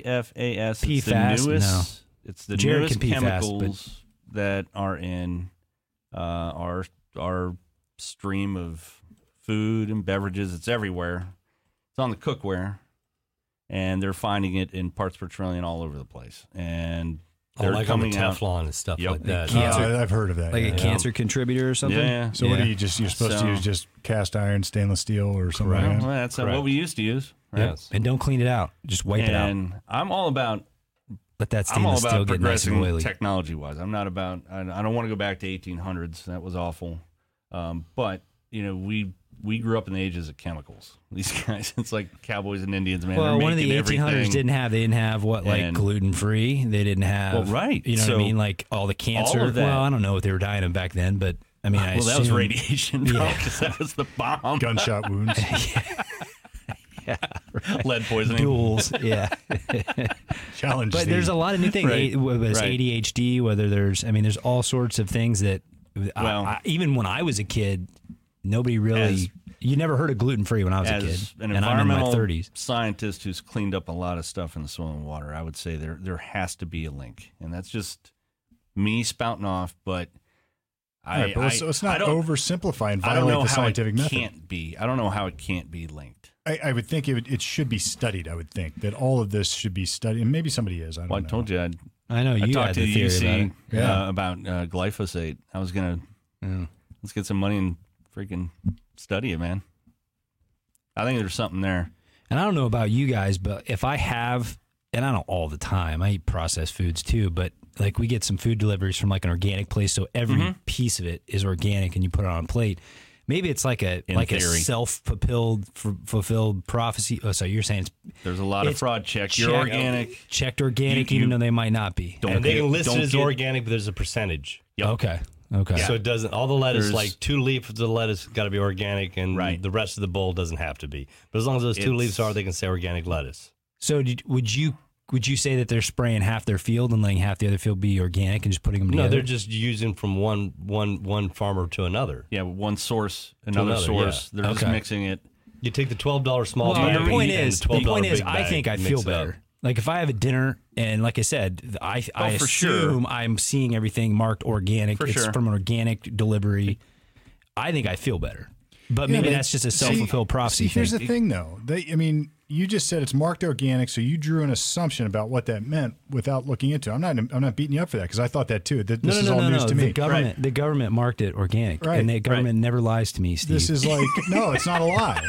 B: PFAS. It's
C: PFAS?
B: the newest. It's the
C: Jared
B: newest
C: can PFAS,
B: chemicals that are in uh, our our stream of food and beverages. It's everywhere. It's on the cookware, and they're finding it in parts per trillion all over the place. And
D: Oh,
B: they're
D: like on the
B: coming out.
D: Teflon and stuff
B: Yep.
D: like that.
A: Oh,
C: Cancer.
A: I- I've heard of that.
C: Like
A: yeah.
C: a cancer contributor or something.
B: Yeah, yeah.
A: So what
C: Yeah.
A: do you just you're supposed
B: So-
A: to use just cast iron, stainless steel, or something?
B: Well,
A: Like that?
B: that's uh,
D: Correct.
B: what we used to use. Right?
D: Yes.
C: And don't clean it out. Just wipe it out.
B: and I'm all about
C: Let that
B: I'm all
C: stainless steel
B: about
C: get nice and
B: progressing
C: oily.
B: technology wise. I'm not about. I, I don't want to go back to 1800s. That was awful. Um, but you know, we we grew up in the ages of chemicals. *laughs* These guys, it's like cowboys and Indians, man.
C: well,
B: They're
C: one of the
B: making
C: 1800s
B: everything.
C: didn't have. They didn't have what like
B: And-
C: gluten free. They didn't have
B: Well, right.
C: You know what
B: So-
C: I mean? Like all the cancer.
B: of that-
C: Well, I don't know what they were dying of back then, but I mean, I
B: Well, that was
C: assume-
B: radiation. bro, 'cause that was the bomb.
C: *laughs*
A: Gunshot wounds.
B: *laughs* Lead poisoning. *laughs*
C: Duels, yeah.
A: Challenge.
C: But there's a lot of new things.
B: Right.
C: A- Whether it's
B: Right.
C: ADHD, whether there's, I mean, there's all sorts of things that, I,
B: Well-
C: I, even when I was a kid, nobody really,
B: As-
C: you never heard of gluten free when I was a kid,
B: As an
C: and I'm in my
B: environmental
C: 30s.
B: scientist who's cleaned up a lot of stuff in the soil and water, I would say there there has to be a link, and that's just me spouting off. But I,
A: All right, but let's,
B: I-
A: let's
B: I
A: not
B: don't,
A: oversimplify and
B: I don't
A: violate
B: know
A: the
B: how it
A: scientific method.
B: can't be. I don't know how it can't be linked.
A: I, I would think it, would, it should be studied. I would think that all of this should be studied. And maybe somebody is. I don't
B: Well, I
A: know.
B: told you I'd,
C: I know
B: I
C: you
B: talked
C: had
B: to
C: the
B: the
C: theory about
B: UC
C: it.
B: uh,
A: Yeah.
B: about uh, glyphosate. I was gonna
C: Yeah.
B: let's get some money and freaking study it, man. I think there's something there.
C: And I don't know about you guys, but if I have, and I don't all the time, I eat processed foods too, but like we get some food deliveries from like an organic place, so every
B: Mm-hmm.
C: piece of it is organic, and you put it on a plate. Maybe it's like a
B: In
C: like a
B: theory.
C: self fulfilled fulfilled prophecy. Oh, so you're saying it's
B: There's a lot of
C: It's
B: fraud check. You're
C: check-
B: organic.
C: checked organic,
B: You-
C: even
B: you-
C: though they might not be.
B: Don't
D: And they
B: get-
D: can list
B: don't
D: it as
B: get-
D: organic, but there's a percentage.
B: Yep.
C: Okay, okay.
D: So it doesn't. All the lettuce,
B: There's-
D: like two leaves of the lettuce, got to be organic, and
B: Right.
D: the rest of the bowl doesn't have to be. But as long as those two leaves
B: It's-
D: are, they can say organic lettuce.
C: So did, would you would you say that they're spraying half their field and letting half the other field be organic and just putting them
D: No,
C: together?
D: they're just using from one one one farmer to another.
B: Yeah, one source, another,
D: another,
B: source. They're just
C: Okay.
B: mixing it.
D: You take the twelve dollar small.
C: Well,
D: bag
C: the point
D: and
C: is,
D: the,
C: the
D: $12
C: point
D: big
C: is, I
D: bag,
C: think I
D: mix
C: feel
D: it up.
C: better. Like if I have a dinner and like I said, th- I I
B: Oh, for sure.
C: assume I'm seeing everything marked organic.
B: For
C: it's
B: sure.
C: from an organic delivery. I think I feel better, but maybe that's just a self fulfilled
A: See-
C: prophecy
A: see, here's
C: thing.
A: the thing, though. They, I mean, you just said it's marked organic, so you drew an assumption about what that meant without looking into. it. I'm not. I'm not beating you up for that because I thought that too. That this
C: no,
A: is
C: no,
A: all
C: no,
A: news
C: no.
A: to
C: the
A: me.
C: government the government marked it organic,
A: Right,
C: and the government never lies to me, Steve.
A: This is
C: *laughs*
A: like no, it's not a lie.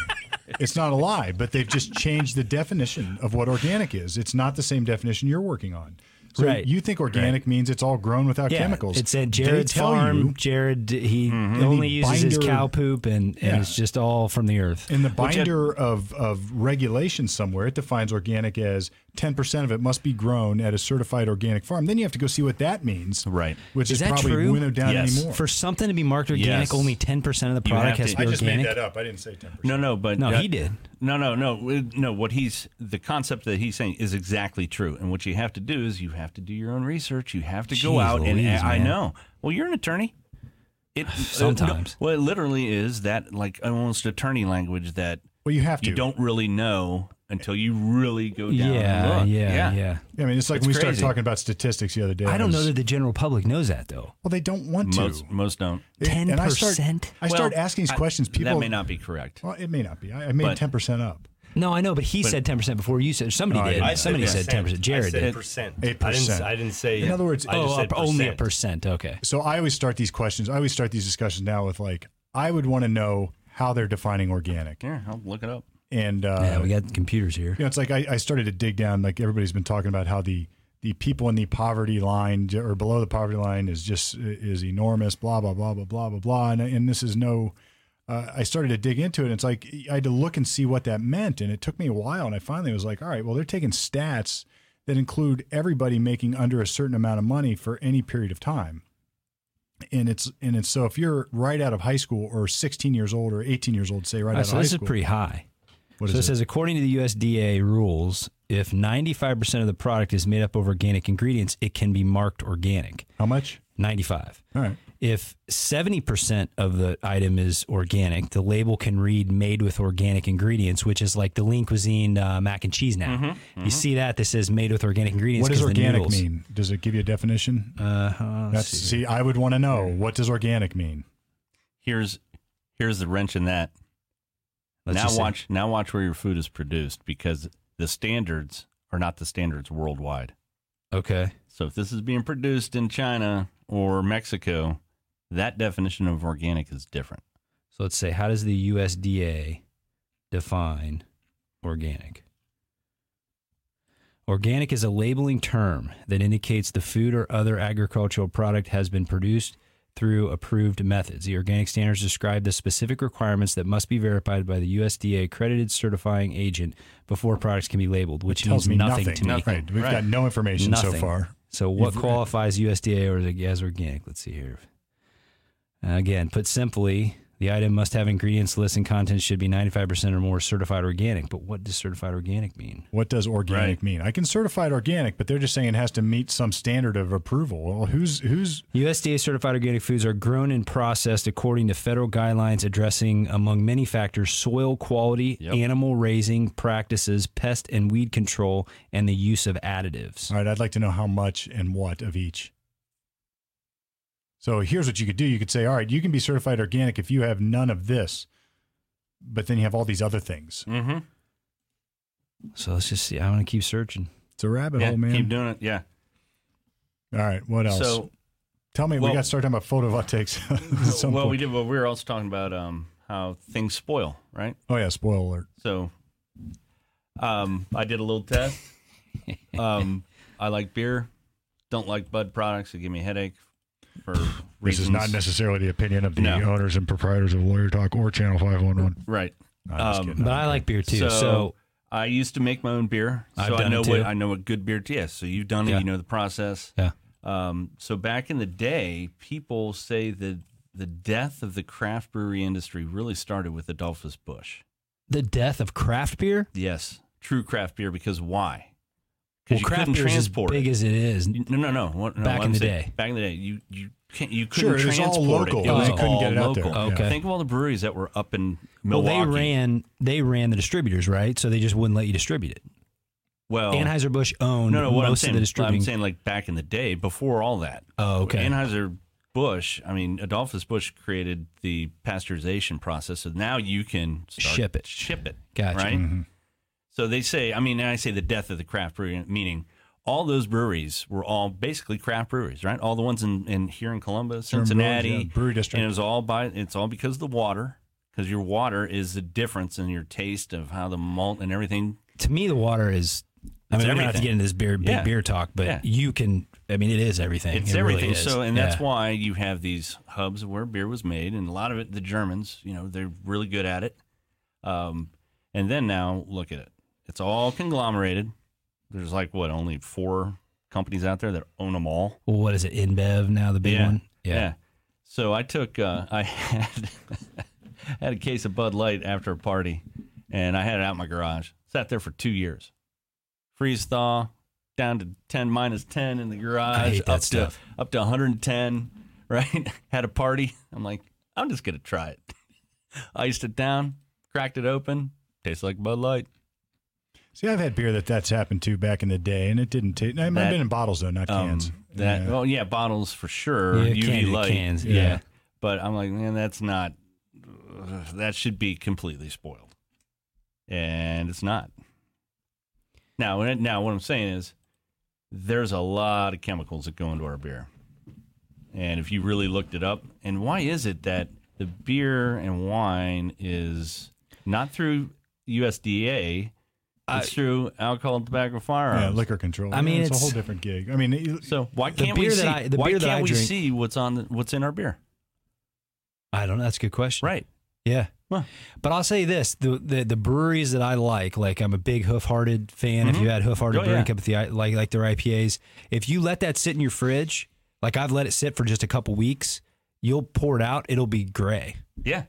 A: It's not a lie, but they've just changed the definition of what organic is. It's not the same definition you're working on. So
C: Right.
A: you think organic means it's all grown without
C: yeah,
A: chemicals.
C: It's at
A: They
C: Jared's
A: tell
C: farm.
A: you
C: Jared he
B: Mm-hmm.
C: only
A: the
C: uses his
A: binder-
C: cow poop, and, and
A: Yeah.
C: it's just all from the earth.
A: in the binder of, of regulation somewhere, it defines organic as 10% of it must be grown at a certified organic farm. Then you have to go see what that means.
B: Right.
A: Which is,
C: Is that
A: probably
C: true?
A: winnowed down
B: Yes.
A: anymore.
C: For something to be marked organic,
B: Yes.
C: only ten percent of the
B: have
C: product has
B: to-
C: to be
B: I
C: organic.
A: up. I didn't say 10%.
B: No, no, but
C: No, he did.
B: No, no, no, uh, no. What he's the concept that he's saying is exactly true. And what you have to do is you have to do your own research. You have to go
C: Jeez
B: out and
C: Louise,
B: I
C: man.
B: know. Well, you're an attorney. It uh, no,
C: *sighs* Sometimes.
B: well, it literally is that like almost attorney language that
A: Well, you have to.
B: you don't really know until you really go down.
C: Yeah,
B: and look.
C: yeah, yeah,
A: I mean, it's like
B: It's
A: we started
B: crazy.
A: talking about statistics the other day.
C: I don't know
A: was-
C: that the general public knows that though.
A: Well, they don't want to.
B: Most most don't.
A: And I start,
C: 10%?
A: I start
B: Well,
A: asking these
B: I-
A: questions. People Oh.
B: that may not be correct.
A: Well, it may not be. I, I made
B: But-
A: ten percent up.
C: No, I know, but he said ten percent before you said somebody
A: I
C: did.
A: didn't. I
C: somebody said ten percent. Jared
D: I said
C: did.
D: percent.
A: A
D: I didn't,
A: percent.
D: I didn't say.
A: In other words,
D: I just
C: Oh,
D: said
C: only a percent. Okay.
A: So I always start these questions. I always start these discussions now with like, I would want to know how they're defining organic,
B: Here, I'll look it up.
A: and uh,
C: Yeah, we got computers here.
A: you know, it's like I, I started to dig down. Like everybody's been talking about how the the people in the poverty line j- or below the poverty line is just is enormous. Blah blah blah blah blah blah blah. And and this is no. Uh, I started to dig into it, and it's like I had to look and see what that meant, and it took me a while. And I finally was like, all right, well, they're taking stats that include everybody making under a certain amount of money for any period of time. And it's and it's so if you're right out of high school or 16 years old or 18 years old, say right out
C: All right, so
A: of high
C: this is
A: school,
C: pretty high.
A: what
C: so it
A: is it?
C: says according to the USDA rules, if 95% of the product is made up of organic ingredients, it can be marked organic.
A: How much?
C: 95.
A: All right.
C: If 70% of the item is organic, the label can read made with organic ingredients, which is like the lean cuisine uh, mac and cheese
B: Mm-hmm.
C: now. You see that that says made with organic ingredients.
A: Mm-hmm. what does
C: 'cause the
A: organic
C: noodles-
A: mean? Does it give you a definition?
C: Uh,
A: That's
C: That's
A: see. I would want to know what does organic mean.
B: Here's here's the wrench in that. now watch now watch where your food is produced because the standards are not the standards worldwide.
C: Okay.
B: So if this is being produced in China or Mexico, that definition of organic is different.
C: So let's say, how does the USDA define organic? Organic is a labeling term that indicates the food or other agricultural product has been produced through approved methods. The organic standards describe the specific requirements that must be verified by the USDA accredited certifying agent before products can be labeled, which
A: Tells
C: means
A: me
C: nothing, to me.
A: Right. We've
B: Right.
A: got no information so
C: Nothing.
A: far.
C: So what
A: You've-
C: qualifies USDA or as organic? Let's see here. Uh, Again, put simply, the item must have ingredients list and contents should be 95% or more certified organic. But what does certified organic mean?
A: What does organic
B: Right.
A: mean? I can certify it organic, but they're just saying it has to meet some standard of approval. Well, who's who's
C: USDA certified organic foods are grown and processed according to federal guidelines addressing, among many factors, soil quality,
B: Yep.
C: animal raising practices, pest and weed control, and the use of additives.
A: all right? I'd like to know how much and what of each. So here's what you could do: you could say, all right, you can be certified organic if you have none of this, but then you have all these other things.
B: Mm-hmm.
C: So let's just see. I want to keep searching.
A: It's a rabbit
B: yeah,
A: hole, man.
B: keep doing it. Yeah.
A: all right, what else?
B: So
A: Tell me,
B: well-
A: we got to start talking about photovoltaics. *laughs* at some
B: well, we
A: point.
B: did. Well, we were also talking about um, how things spoil, right?
A: oh yeah, spoiler alert.
B: So, um, I did a little test. um, I like beer. Don't like Bud products. They give me a headache. For
A: This
B: reasons.
A: is not necessarily the opinion of the
B: No.
A: owners and proprietors of Lawyer Talk or Channel Five One One.
B: right. Um,
C: But I like beer too.
B: So,
C: so
B: I used to make my own beer, so
C: I've
B: I
C: done
B: know
C: it
B: what
C: too.
B: I know what good beer. Yes, so you've done
C: Yeah.
B: it. You know the process.
C: Yeah.
B: Um, so back in the day, people say that the death of the craft brewery industry really started with Adolphus Bush.
C: the death of craft beer?
B: Yes, true craft beer. Because why?
C: Well,
B: Because you
C: craft
B: couldn't
C: beer is as
B: transport.
C: big
B: it.
C: as it is.
B: no, no, no. What, no,
C: Back
B: what
C: in
B: I'm
C: the
B: saying-
C: day.
B: Back in the day, you you can't you
A: Sure,
B: couldn't
A: it was all
B: transport
A: local.
B: It, it was
C: They couldn't
B: all
A: get it out
B: local.
A: there.
C: Okay.
B: Think of all the breweries that were up in
C: Well,
B: Milwaukee.
C: they ran they ran the distributors, right? So they just wouldn't let you distribute it.
B: well.
C: Anheuser Busch owned
B: Oh. no, no. What
C: most
B: I'm saying,
C: of the
B: I'm
C: distributing.
B: saying like back in the day, before all that.
C: oh, okay.
B: Anheuser Busch. I mean, Adolphus Busch created the pasteurization process, so now you can start-
C: Ship it.
B: Ship it.
C: Gotcha. Mm-hmm.
B: Right. So they say. I mean, and I say the death of the craft brewery, meaning all those breweries were all basically craft breweries, right? All the ones in, in here in Columbus,
A: Sherman
B: Cincinnati,
A: Brewery, yeah, brewery district.
B: and it was all by. It's all because of the water. Because your water is the difference in your taste of how the malt and everything.
C: to me, the water is. I
B: It's
C: mean, we don't have to
B: everything.
C: get into this beer big
B: Yeah.
C: beer talk, but
B: Yeah.
C: you can. I mean, it is everything.
B: It's
C: It really
B: everything.
C: is.
B: So, and that's
C: Yeah.
B: why you have these hubs where beer was made, and a lot of it, the Germans, you know, they're really good at it. Um, and then now, look at it. It's all conglomerated. There's like what only four companies out there that own them all.
C: Well, what is it? InBev now the big one.
B: So I took, uh, I *laughs* had had a case of Bud Light after a party, and I had it out in my garage. Sat there for two years. Freeze thaw, down to ten minus ten in the garage.
C: I hate that
B: up
C: stuff.
B: to up to 110. *laughs* Right. had a party. I'm like, I'm just gonna try it. *laughs* Iced it down, cracked it open. Tastes like Bud Light.
A: See, I've had beer that that's happened to back in the day, and it didn't taste. I've
B: That-
A: been in bottles though, not
B: Um,
A: cans.
B: That.
A: Yeah.
B: Well, yeah, bottles for sure.
C: Yeah,
B: UV
C: candy
B: light.
C: cans,
B: Yeah.
C: yeah.
B: But I'm like, man, that's not. ugh, that should be completely spoiled, and it's not. Now, and- now, what I'm saying is, there's a lot of chemicals that go into our beer, and if you really looked it up, and why is it that the beer and wine is not through USDA? It's through alcohol, tobacco, firearms.
A: Yeah, liquor control.
C: I mean,
A: it's, a
C: it's-
A: whole different gig. I mean, it-
B: So why
C: The
B: can't
C: beer
B: we
C: that
B: see?
C: I- the
B: why
C: beer
B: can't
C: that I
B: we
C: drink-
B: see what's on the, what's in our beer?
C: I don't know. That's a good question.
B: Right.
C: Yeah. But I'll say this: the, the the breweries that I like, like I'm a big Hoof Hearted fan. If you had Hoof Hearted
B: Oh,
C: Brewing
B: yeah.
C: Company, I like like their IPAs. If you let that sit in your fridge, like I've let it sit for just a couple weeks, you'll pour it out. It'll be gray.
B: Yeah,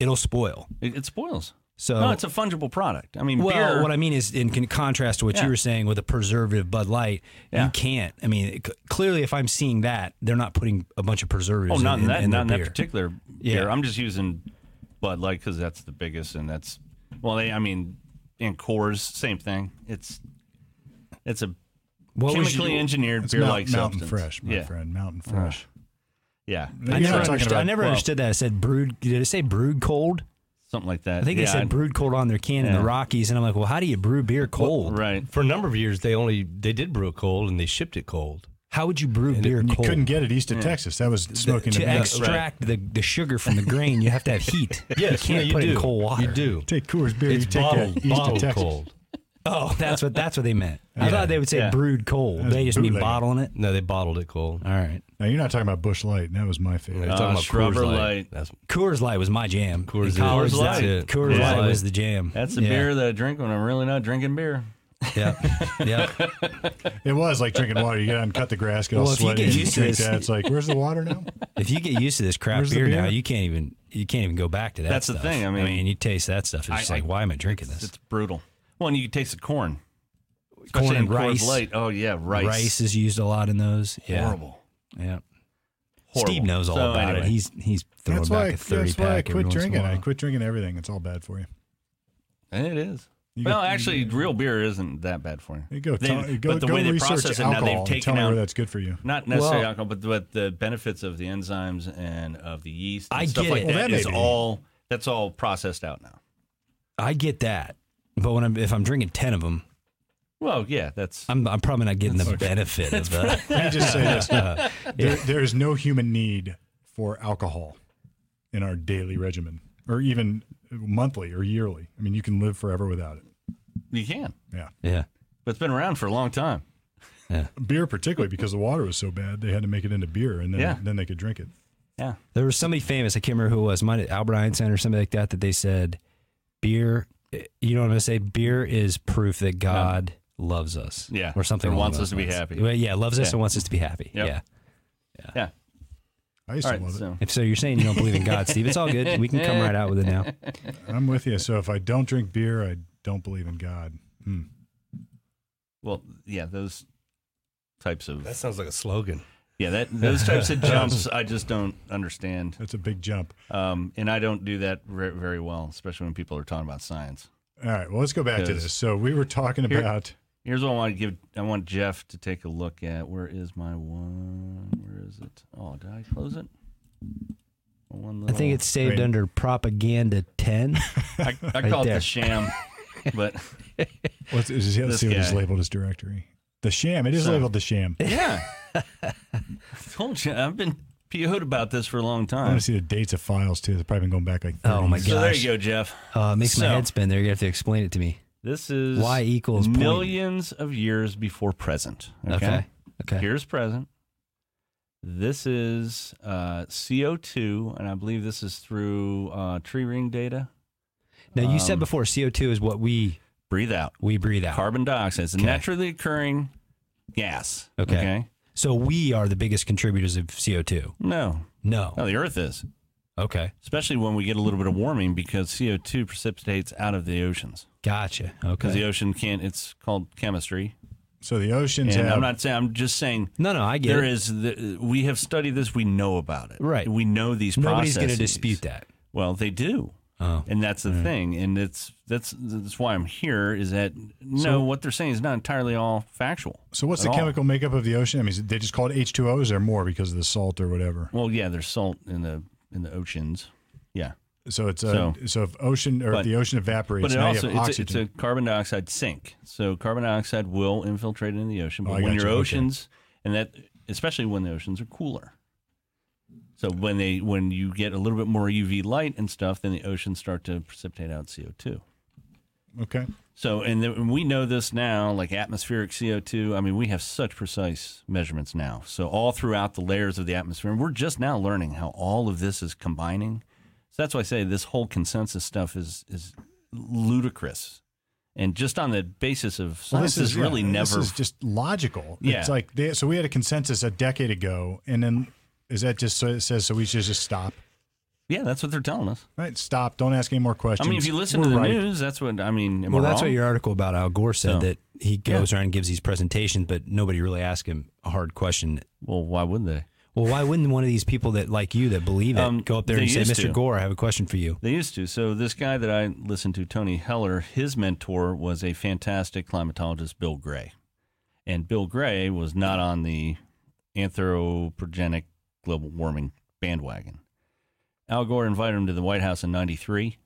C: It'll spoil.
B: it, it spoils.
C: So
B: no, it's a fungible product. I mean,
C: well,
B: beer.
C: what I mean is in con- contrast to what
B: Yeah.
C: you were saying with a preservative Bud Light,
B: Yeah.
C: you can't. I mean, c- clearly, if I'm seeing that, they're not putting a bunch of preservatives.
B: oh, not in, that,
C: in
B: not
C: their
B: in
C: beer.
B: that particular
C: Yeah.
B: beer. I'm just using Bud Light because that's the biggest, and that's well, they, I mean, and Coors, same thing. It's it's a
C: What was
B: chemically
C: your-
B: engineered
A: It's
B: beer
A: mount-
B: like
A: mountain
B: substance.
A: fresh, my
B: yeah,
A: friend. Mountain fresh.
B: yeah,
C: I
A: You're not
C: never,
A: talking
C: understood, I
A: about-
C: never
B: well,
C: understood that. It said brewed. Did it say brewed cold?
B: something like that.
C: I think
B: yeah,
C: they said brewed cold on their can in
B: Yeah.
C: the Rockies, and I'm like, well, how do you brew beer cold?
B: right.
D: For a number of years, they only they did brew it cold and they shipped it cold.
C: How would you brew beer
A: And you
C: cold?
A: couldn't get it east of Texas. That was smoking
C: to
A: the best.
C: extract the, the sugar from the grain, you have to have heat.
D: Yes,
C: you
D: no,
C: can't
D: you
C: put
D: do.
C: it in cold water.
D: You do.
A: Take Coors beer,
D: It's
A: you take
D: bottled,
A: that east of
D: bottled
A: Texas.
D: cold.
C: Oh, that's what that's what they meant. I thought they would say
B: Yeah.
C: brewed cold. they just mean
A: bootleg.
C: bottling it.
D: No, they bottled it cold. Ah,
C: All right.
A: Now you're not talking about Bush Light, and that was my
D: They're
A: favorite.
B: Uh,
D: talking about
B: Schroeder
D: Coors
B: Light.
D: That's
C: Coors Light was my jam.
D: Coors
C: In
D: is-
C: college,
B: Coors Light.
C: that's- Coors
B: Yeah.
C: Light was the jam.
B: That's the
C: Yeah.
B: beer that I drink when I'm really not drinking beer.
C: Yeah. yeah.
A: It was like drinking water. You get out and cut the grass, get
C: Well,
A: all
C: if you
A: sweaty,
C: get
A: and
C: used to
A: drink
C: this-
A: that. It's like, where's the water
C: *laughs*
A: now?
C: If you get used to this crap
A: Where's the
C: beer, now,
A: beer?
C: you can't even you can't even go back to that.
B: That's the
C: stuff.
B: thing, I mean-
C: you taste that stuff. It's
B: I-
C: just
B: I-
C: like, why am I drinking this?
B: It's brutal. Well, and you can taste the corn.
C: Corn
B: Especially in
C: and
B: Coors
C: rice.
B: Light. Oh yeah, rice.
C: rice. is used a lot in those. Yeah.
B: Horrible.
C: Yeah.
B: Horrible.
C: Steve knows all
B: So,
C: about
B: anyway.
C: it. He's he's throwing
A: That's
C: back
A: why, I,
C: a thirty
A: that's
C: pack.
A: why I
C: every
A: quit
C: once in a
A: drinking. I
C: while.
A: quit drinking everything. It's all bad for you.
B: It is.
A: You
B: well,
A: go-
B: actually, real beer isn't that bad for you.
A: You go,
B: They-
A: tell, go,
B: but the
A: go
B: way they
A: research
B: process it now,
A: alcohol.
B: they've
A: and
B: taken
A: tell me
B: out
A: where that's good for
B: *laughs*
A: you.
B: not necessarily
D: Well-
B: alcohol, but but the benefits of the enzymes and of the yeast and
C: I
B: stuff
C: get
B: like
C: it.
A: Well,
B: that
A: that
B: is
A: may be.
B: all that's all processed out now.
C: I get that, but when I'm if I'm drinking ten of them,
B: Well, yeah, that's
C: I'm I'm probably not getting the benefit of the.
A: Let me just say this:
B: *laughs*
A: there, there is no human need for alcohol in our daily regimen, or even monthly or yearly. I mean, you can live forever without it.
B: you can,
A: Yeah,
C: *laughs* Yeah.
B: but it's been around for a long time.
A: beer particularly because the water was so bad, they had to make it into beer, and then
B: Yeah.
A: then they could drink it.
B: Yeah,
C: There was somebody famous, I can't remember who it was, might have Albert Einstein or somebody like that, that they said, beer, you know what I'm going to say? Beer is proof that God loves us.
B: Yeah.
C: Or something
B: Or
C: along
B: wants
C: those
B: us to be
C: lines.
B: happy.
C: Well, yeah, loves us
B: Yeah.
C: and wants us to be happy.
B: Yep.
C: Yeah.
B: yeah.
A: I used
B: All
A: to
B: right,
A: love
B: so
C: If so, you're saying you don't believe in God, Steve. It's all good. We can
B: *laughs*
C: come right out with it now.
A: it. I'm with you. So if I don't drink beer, I don't believe in God. Hmm.
B: well, yeah, those types of
D: that sounds like a slogan.
B: yeah that those types of jumps I just don't understand,
A: That's a big jump.
B: um, and I don't do that re- very well, especially when people are talking about science.
A: All right. Well, let's go back to
B: Yes.
A: this. So we were talking
B: Here-
A: about.
B: Here's what I want to give. I want Jeff to take a look at. Where is my one? Where is it? Oh, did I close it? One
C: I
B: little,
C: think it's saved
A: Wait.
C: under propaganda 10.
B: I, I call it
C: there.
B: the
C: *laughs*
B: sham, but
A: What's, is, let's
B: This
A: see what is
B: guy.
A: labeled as directory. The sham. It is
B: So-
A: labeled the sham.
B: *laughs* yeah. I told you, I've been PO'd about this for a long
A: I want
B: time.
A: to see the dates of files too. They've probably been going back like. 30
C: Oh, my
A: years.
B: So there
C: gosh.
B: you go, Jeff.
C: *laughs* Uh, it makes my
B: So-
C: head spin there. You have to explain it to me.
B: This is
C: Y equals point-
B: millions of years before present. Okay.
C: Okay. Okay.
B: Here's present. This is uh, CO2, and I believe this is through uh, tree ring data.
C: Now, you said
B: Um,
C: before CO2 is what we,
B: Breathe out.
C: we breathe out.
B: Carbon dioxide. It's a
C: Okay.
B: naturally occurring gas.
C: Okay. So we are the biggest contributors of CO2.
B: No.
C: No.
B: No, the Earth is. Oh.
C: Okay.
B: Especially when we get a little bit of warming because CO2 precipitates out of the oceans.
C: Gotcha.
B: Because
C: Okay.
B: the ocean can't, it's called chemistry.
A: So the oceans
B: And
A: have.
B: I'm not saying, I'm just saying
C: No, no, I get
B: there
C: it.
B: is, the, we have studied this, we know about it.
C: Right.
B: We know these
C: Nobody's
B: processes.
C: going to dispute that.
B: Well, they do.
C: Oh,
B: And that's the thing, and it's that's that's why I'm here. Is that no? what they're saying is not entirely all factual.
A: so what's
B: at
A: the
B: all.
A: chemical makeup of the ocean? I mean, is it- they just call it H2O. Is there more because of the salt or whatever?
B: Well, yeah, there's salt in the in the oceans. Yeah,
A: So it's a, so,
B: So-
A: if ocean or if
B: But-
A: the ocean evaporates,
B: but it
A: now
B: also
A: you have
B: it's a, it's
A: oxygen.
B: a carbon dioxide sink. So carbon dioxide will infiltrate into the ocean. But
A: Oh, I
B: when
A: got
B: your
A: you. Okay.
B: oceans and that especially when the oceans are cooler. So when they when you get a little bit more UV light and stuff, then the oceans start to precipitate out CO two.
A: okay.
B: So and then we know this now, like atmospheric CO two. I mean, we have such precise measurements now. So all throughout the layers of the atmosphere, and we're just now learning how all of this is combining. So that's why I say this whole consensus stuff is is ludicrous, and just on the basis of science
A: Well,
B: this is, really
A: yeah,
B: never.
A: This is just logical.
B: Yeah.
A: It's like they, so we had a consensus a decade ago, and then is that just so it says so we should just stop?
B: yeah, that's what they're telling us.
A: Right, stop. Don't ask any more
B: I
A: questions.
B: mean, if you listen
A: We're
B: to the
A: right.
B: news, that's what I mean. Am
C: well,
B: I
C: that's
B: wrong? Oh.
C: what your article about Al Gore
B: So-
C: said that he goes around and gives these presentations, but nobody really asks him a hard question.
B: Well, why would they?
C: Well, why wouldn't one of these people that like you that believe it
B: Um,
C: go up there
B: they
C: and say,
B: used
C: "Mr.
B: to.
C: Gore, I have a question for you"?
B: They used to. So this guy that I listened to, Tony Heller, his mentor was a fantastic climatologist, Bill Gray, and Bill Gray was not on the anthropogenic global warming bandwagon. Al Gore invited him to the White House in '93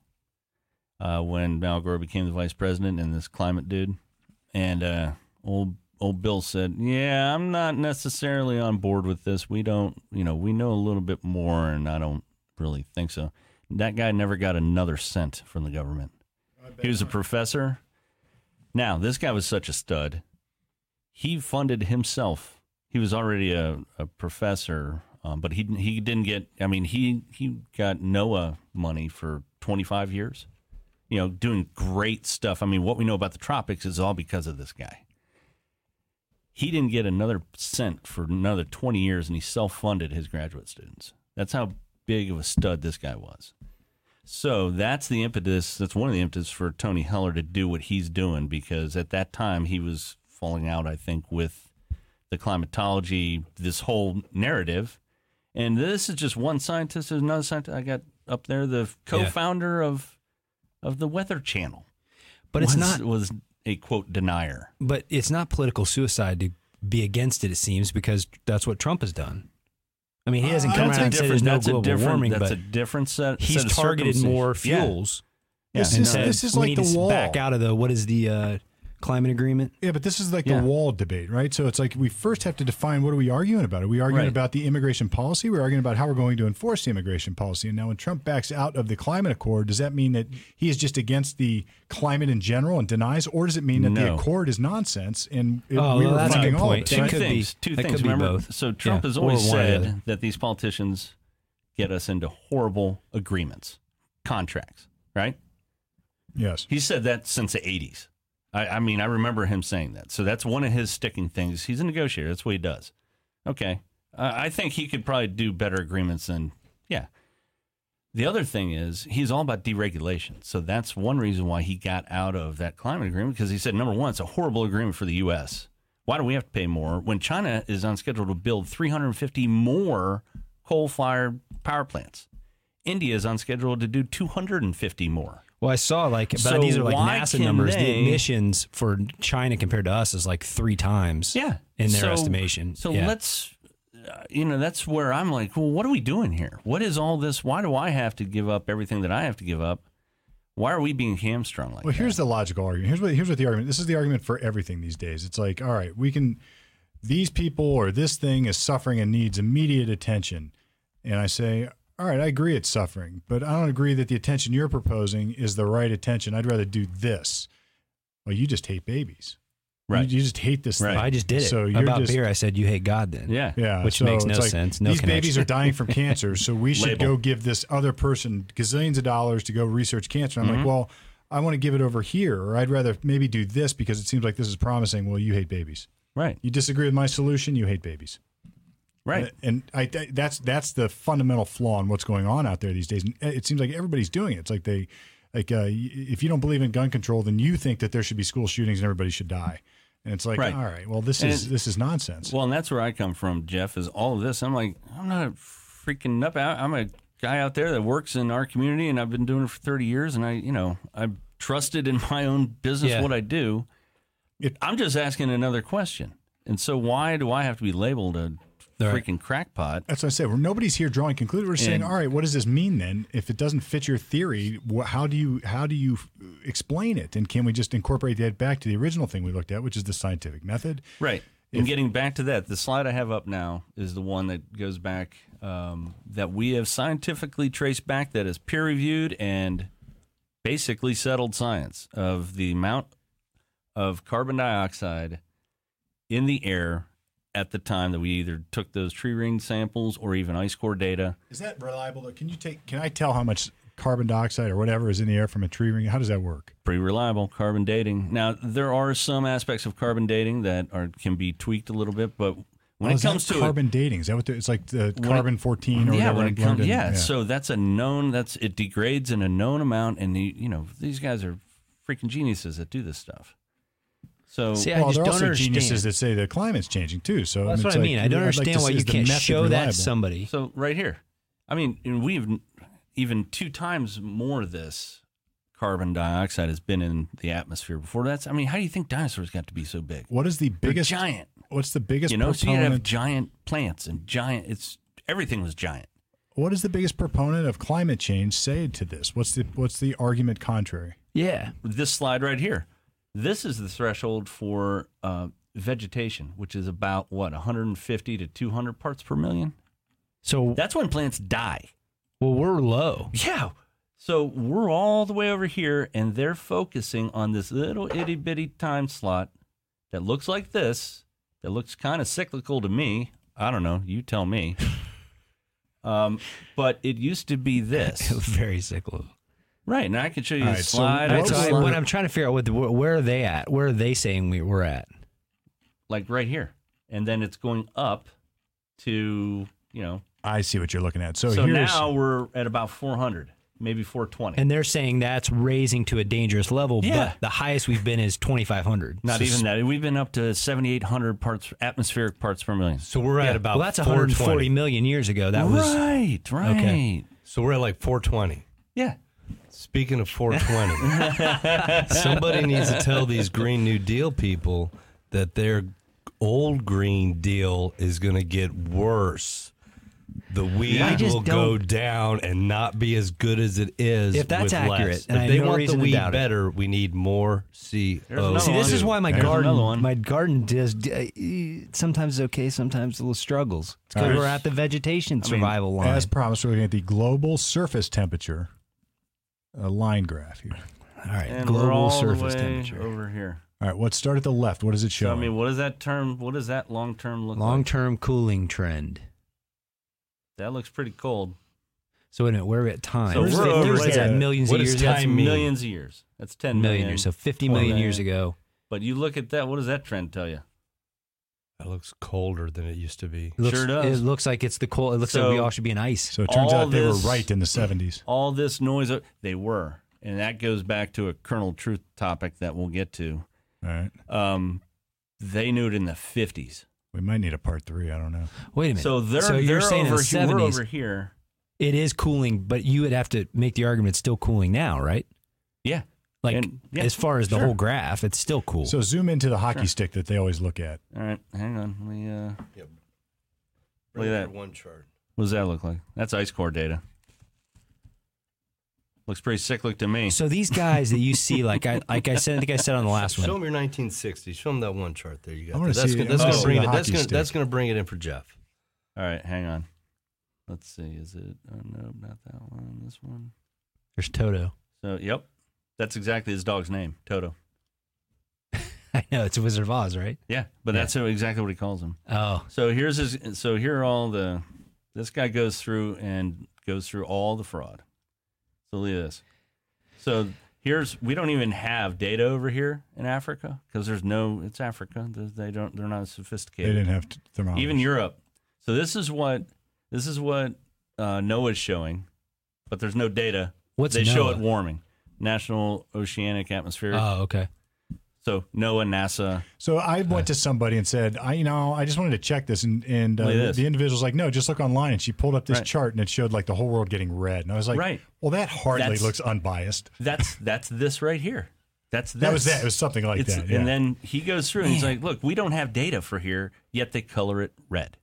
B: uh, when Al Gore became the vice president and this climate dude, and uh, old old Bill said, "Yeah, I'm not necessarily on board with this. We don't, you know, we know a little bit more, and I don't really think so." That guy never got another cent from the government. He was a professor. Now, this guy was such a stud. He funded himself. He was already a, a professor, um, but he he didn't get. I mean, he he got NOAA money for 25 years. You know, doing great stuff. I mean, what we know about the tropics is all because of this guy. He didn't get another cent for another 20 years, and he self-funded his graduate students. That's how big of a stud this guy was. So that's the impetus. That's one of the impetus for Tony Heller to do what he's doing because at that time he was falling out, I think, with the climatology, this whole narrative. And this is just one scientist. There's another scientist I got up there, the co-founder of of the Weather Channel,
C: But it's
B: was-
C: not.
B: was a quote denier.
C: But it's not political suicide to be against it. It seems because that's what Trump has done. I mean, he
A: Uh,
C: hasn't come
B: That's
C: out
B: a
C: and said
B: different.
C: there's no
B: that's a
C: global
B: different.
C: warming,
B: that's
C: but
B: a different set.
C: he's
B: set of
C: targeted more
B: circumstances. Yeah.
C: fuels.
B: Yeah.
A: This
C: and
A: is-
C: said,
A: this is
C: "We
A: like
C: need
A: the
C: to
A: wall."
C: back out of the what is the uh, climate agreement?
A: Yeah, but this is like
B: Yeah.
A: the wall debate, right? So it's like we first have to define what are we arguing about? Are we arguing
B: Right.
A: about the immigration policy? We're arguing about how we're going to enforce the immigration policy. And now when Trump backs out of the climate accord, does that mean that he is just against the climate in general and denies, or does it mean that the
B: No.
A: accord is nonsense and it,
C: Oh,
A: we
C: well,
A: were
C: that's a
A: funding
C: good
A: all of
C: point.
A: it,
C: That
B: Two
A: right?
C: could be-
B: things. two
C: that
B: things.
C: could be
B: Remember,
C: both.
B: so Trump
C: Yeah,
B: has
C: or
B: always
C: one or the other.
B: said that these politicians get us into horrible agreements, contracts. Right?
A: Yes.
B: He said that since the '80s. I, I mean, I remember him saying that. So that's one of his sticking things. He's a negotiator. That's what he does. Okay. I I think he could probably do better agreements than, yeah. The other thing is he's all about deregulation. So that's one reason why he got out of that climate agreement because he said, number one, it's a horrible agreement for the U.S. Why do we have to pay more when China is on schedule to build 350 more coal fired power plants? India is on schedule to do 250 more.
C: Well, I saw like about
B: So
C: these are like
B: why
C: NASA
B: can
C: numbers.
B: they-
C: the emissions for China compared to us is like three times.
B: Yeah,
C: in their
B: So-
C: estimation.
B: So
C: Yeah.
B: let's, uh, you know, that's where I'm like, well, what are we doing here? What is all this? Why do I have to give up everything that I have to give up? Why are we being hamstrung like
A: Well,
B: that?
A: here's the logical argument. Here's what here's what the argument. This is the argument for everything these days. It's like, all right, we can these people or this thing is suffering and needs immediate attention. And I say, all right, I agree it's suffering, but I don't agree that the attention you're proposing is the right attention. I'd rather do this. Well, you just hate babies. You-
B: Right.
A: You, just hate this
B: Right.
A: thing.
C: I just did it
A: So you're
C: about
A: just-
C: beer. I said you hate God then.
B: yeah.
A: Yeah,
C: *laughs* Which
A: so
C: makes no
A: it's like,
C: sense, no
A: these babies
C: connection.
A: are dying from cancer, so we should
B: Label.
A: go give this other person gazillions of dollars to go research cancer. I'm
C: Mm-hmm.
A: like, well, I want to give it over here, or I'd rather maybe do this because it seems like this is promising. Well, you hate babies.
B: Right.
A: You disagree with my solution. You hate babies.
B: Right.
A: And I, I- that's that's the fundamental flaw in what's going on out there these days. And it seems like everybody's doing it. It's like they, like uh, y- if you don't believe in gun control, then you think that there should be school shootings and everybody should die. And it's like,
B: Right.
A: all right, well, this
B: And
A: is
B: it-
A: this is nonsense.
B: Well, and that's where I come from, Jeff, is all of this. I'm like, I'm not a freaking up out. I'm a guy out there that works in our community and I've been doing it for 30 years and I, you know, I'm trusted in *laughs* my own business
C: Yeah.
B: what I do.
A: It-
B: I'm just asking another question. And so why do I have to be labeled a
C: Right.
B: freaking crackpot?
A: That's what I said. Well, nobody's here drawing conclusions. We're saying,
B: And-
A: all right, what does this mean then? If it doesn't fit your theory, wh- how do you how do you f- explain it? And can we just incorporate that back to the original thing we looked at, which is the scientific method?
B: Right. And getting back to that, the slide I have up now is the one that goes back um, that we have scientifically traced back that is peer reviewed and basically settled science of the amount of carbon dioxide in the air at the time that we either took those tree ring samples or even ice core data.
A: Is that reliable? Though? Can you take? Can I tell how much carbon dioxide or whatever is in the air from a tree ring? How does that work?
B: Pretty reliable carbon dating. Now there are some aspects of carbon dating that are can be tweaked a little bit, but when
A: Oh,
B: it
A: is that
B: comes to it-
A: carbon dating, is that what the, it's like? The
B: When it-
A: carbon fourteen or
B: yeah,
A: whatever
B: when it
A: in
B: comes,
A: London?
B: yeah, So that's a known. That's it degrades in a known amount, and the, you know these guys are freaking geniuses that do this stuff. So
C: See, I
A: well,
C: just
A: there are
C: don't
A: also
C: understand.
A: geniuses that say the climate's changing too. So
C: That's
A: Um, it's
C: what I
A: like,
C: mean. I don't
A: I'd like to
C: understand why
A: see
C: you
A: is the
C: can't
A: method
C: show that
A: reliable?
C: to somebody.
B: So right here, I mean, and we've even two times more of this carbon dioxide has been in the atmosphere before. That's I mean, how do you think dinosaurs got to be so big?
A: What is the
B: They're
A: biggest?
B: giant,
A: What's the biggest?
B: you know. So you have
A: proponent-
B: giant plants and giant. It's everything was giant.
A: what is the biggest proponent of climate change say to this? What's the what's the argument contrary?
C: Yeah.
B: This slide right here. This is the threshold for uh, vegetation, which is about what 150 to 200 parts per million.
C: So
B: That's when plants die.
C: well, we're low.
B: Yeah. So we're all the way over here, and they're focusing on this little itty bitty time slot that looks like this, that looks kind of cyclical to me. I don't know. You
A: *laughs*
B: tell me. um, but it used to
A: *laughs*
B: be *laughs* this.
C: Very cyclical.
B: right. And I can show you
A: All
B: the
A: right, so what
B: slide. I
C: So
B: just-
C: I,
A: were-
C: what I'm trying to figure out what the, where, where are they at? Where are they saying we, we're at?
B: like right here. And then it's going up to, you know.
A: I see what you're looking at. So,
B: So
A: here's
B: now we're at about 400, maybe 420.
C: And they're saying that's raising to a dangerous level.
B: Yeah.
C: But the highest we've been is 2,500.
B: Not even that. We've been up to 7,800 parts, atmospheric parts per million.
D: So we're at about
C: well, that's
D: 420.
C: 140 million years ago. That was
B: right, right.
C: Okay.
D: So we're at like 420.
B: Yeah.
D: Speaking
C: *laughs*
D: of 420, somebody needs to tell these Green New Deal people that their old Green Deal is going to get worse. The weed
C: I just
D: will go
C: don't-
D: down and not be as good as it is.
C: If that's
D: with
C: accurate,
D: less.
C: then I
D: if
C: have
D: they
C: no
D: want the
C: reason to
D: weed
C: doubt it.
D: better, we need more CO.
B: another
C: See, this
B: one.
C: is why my
B: There's another one.
C: garden, my garden does d- uh, sometimes it's okay, sometimes little struggles. It's because
A: Alright.
C: we're at the vegetation
B: mean,
C: survival line.
A: as promised, we're looking at the global surface temperature. A line graph here.
C: All right,
B: And we're all
C: global
B: the
C: surface
B: way
C: temperature.
B: over here.
A: All right, let's start at the left. What does it
B: So
A: show?
B: I mean, what does that term? What does that long term look like?
C: Long-term cooling trend.
B: That looks pretty cold.
C: So wait a minute, we're at time.
B: So
C: Where's
B: we're
C: the-
B: over
C: where's
B: like
C: that
A: a-
C: millions
D: what
C: of
D: does
C: years ago?
B: That's
D: time mean?
B: millions of years. That's ten
C: million years. So 50 million
B: Well,
C: years ago.
B: But you look at that. What does that trend tell you?
D: That looks colder than it used to be.
C: It looks,
B: Sure does.
C: It looks like it's the cold. It looks
B: So-
C: like we all should be in ice.
A: so it turns
B: all
A: out they
B: this-
A: were right in the 70s.
B: All this noise. uh, They were, and that goes back to a kernel truth topic that we'll get to.
A: All right.
B: Um, they knew it in the fifties.
A: We might need a part three. I don't know.
C: Wait a minute.
B: So they're
C: so you're
B: they're
C: saying in
B: over
C: the
B: here. We're
C: 70s
B: over here.
C: it is cooling, but you would have to make the argument it's still cooling now, right?
B: Yeah.
C: Like
B: And- yeah,
C: as far as the
B: sure.
C: whole graph, it's still cool.
A: So zoom into the hockey stick that they always look at.
B: All right, hang on. We uh, Look at that.
D: one chart.
B: What does that look like? That's ice core data. Looks pretty cyclic to me.
C: So these guys that you see, like I like I said, I think I said on the last
D: Show
C: one.
D: them your 1960s. Show them that one chart there. You
A: I
D: got.
A: wanna
D: there. That's
A: see-
D: gonna-
A: I
D: that's
A: wanna
D: gonna
A: see
D: bring
A: the
D: it. That's
A: hockey
D: gonna
A: stick.
D: that's gonna bring it in for Jeff.
B: All right, hang on. Let's see. Is it? Oh, no, not that one. This one.
C: There's Toto. *laughs*
B: So, yep, that's exactly his dog's name, Toto.
C: I know it's a Wizard of Oz, right?
B: Yeah, but that's how- exactly what he calls him.
C: Oh,
B: So here's his. So here are all the. This guy goes through and goes through all the fraud. So look at this. So here's we don't even have data over here in Africa because there's no. It's Africa. They don't. They're
A: They
B: not sophisticated.
A: didn't have t- thermometers.
B: even Europe. So this is what this is what uh, NOAA's showing, but there's no data.
C: What's
B: they show
C: NOAA?
B: it warming? National Oceanic Atmospheric.
C: oh, okay.
B: so NOAA, NASA.
A: So I went to somebody and said, I, you know, I just wanted to check this, and and uh,
B: Look at this.
A: the individual's like, no, just look online, and she pulled up this
B: Right.
A: chart, and it showed like the whole world getting red, and I was like,
B: Right.
A: well, that hardly
B: That's-
A: looks unbiased.
B: That's that's this right here. That's this.
A: That was that. It was something like
B: It's-
A: that. yeah.
B: And then he goes through and he's like, "Look, we don't have data for here yet. They color it red.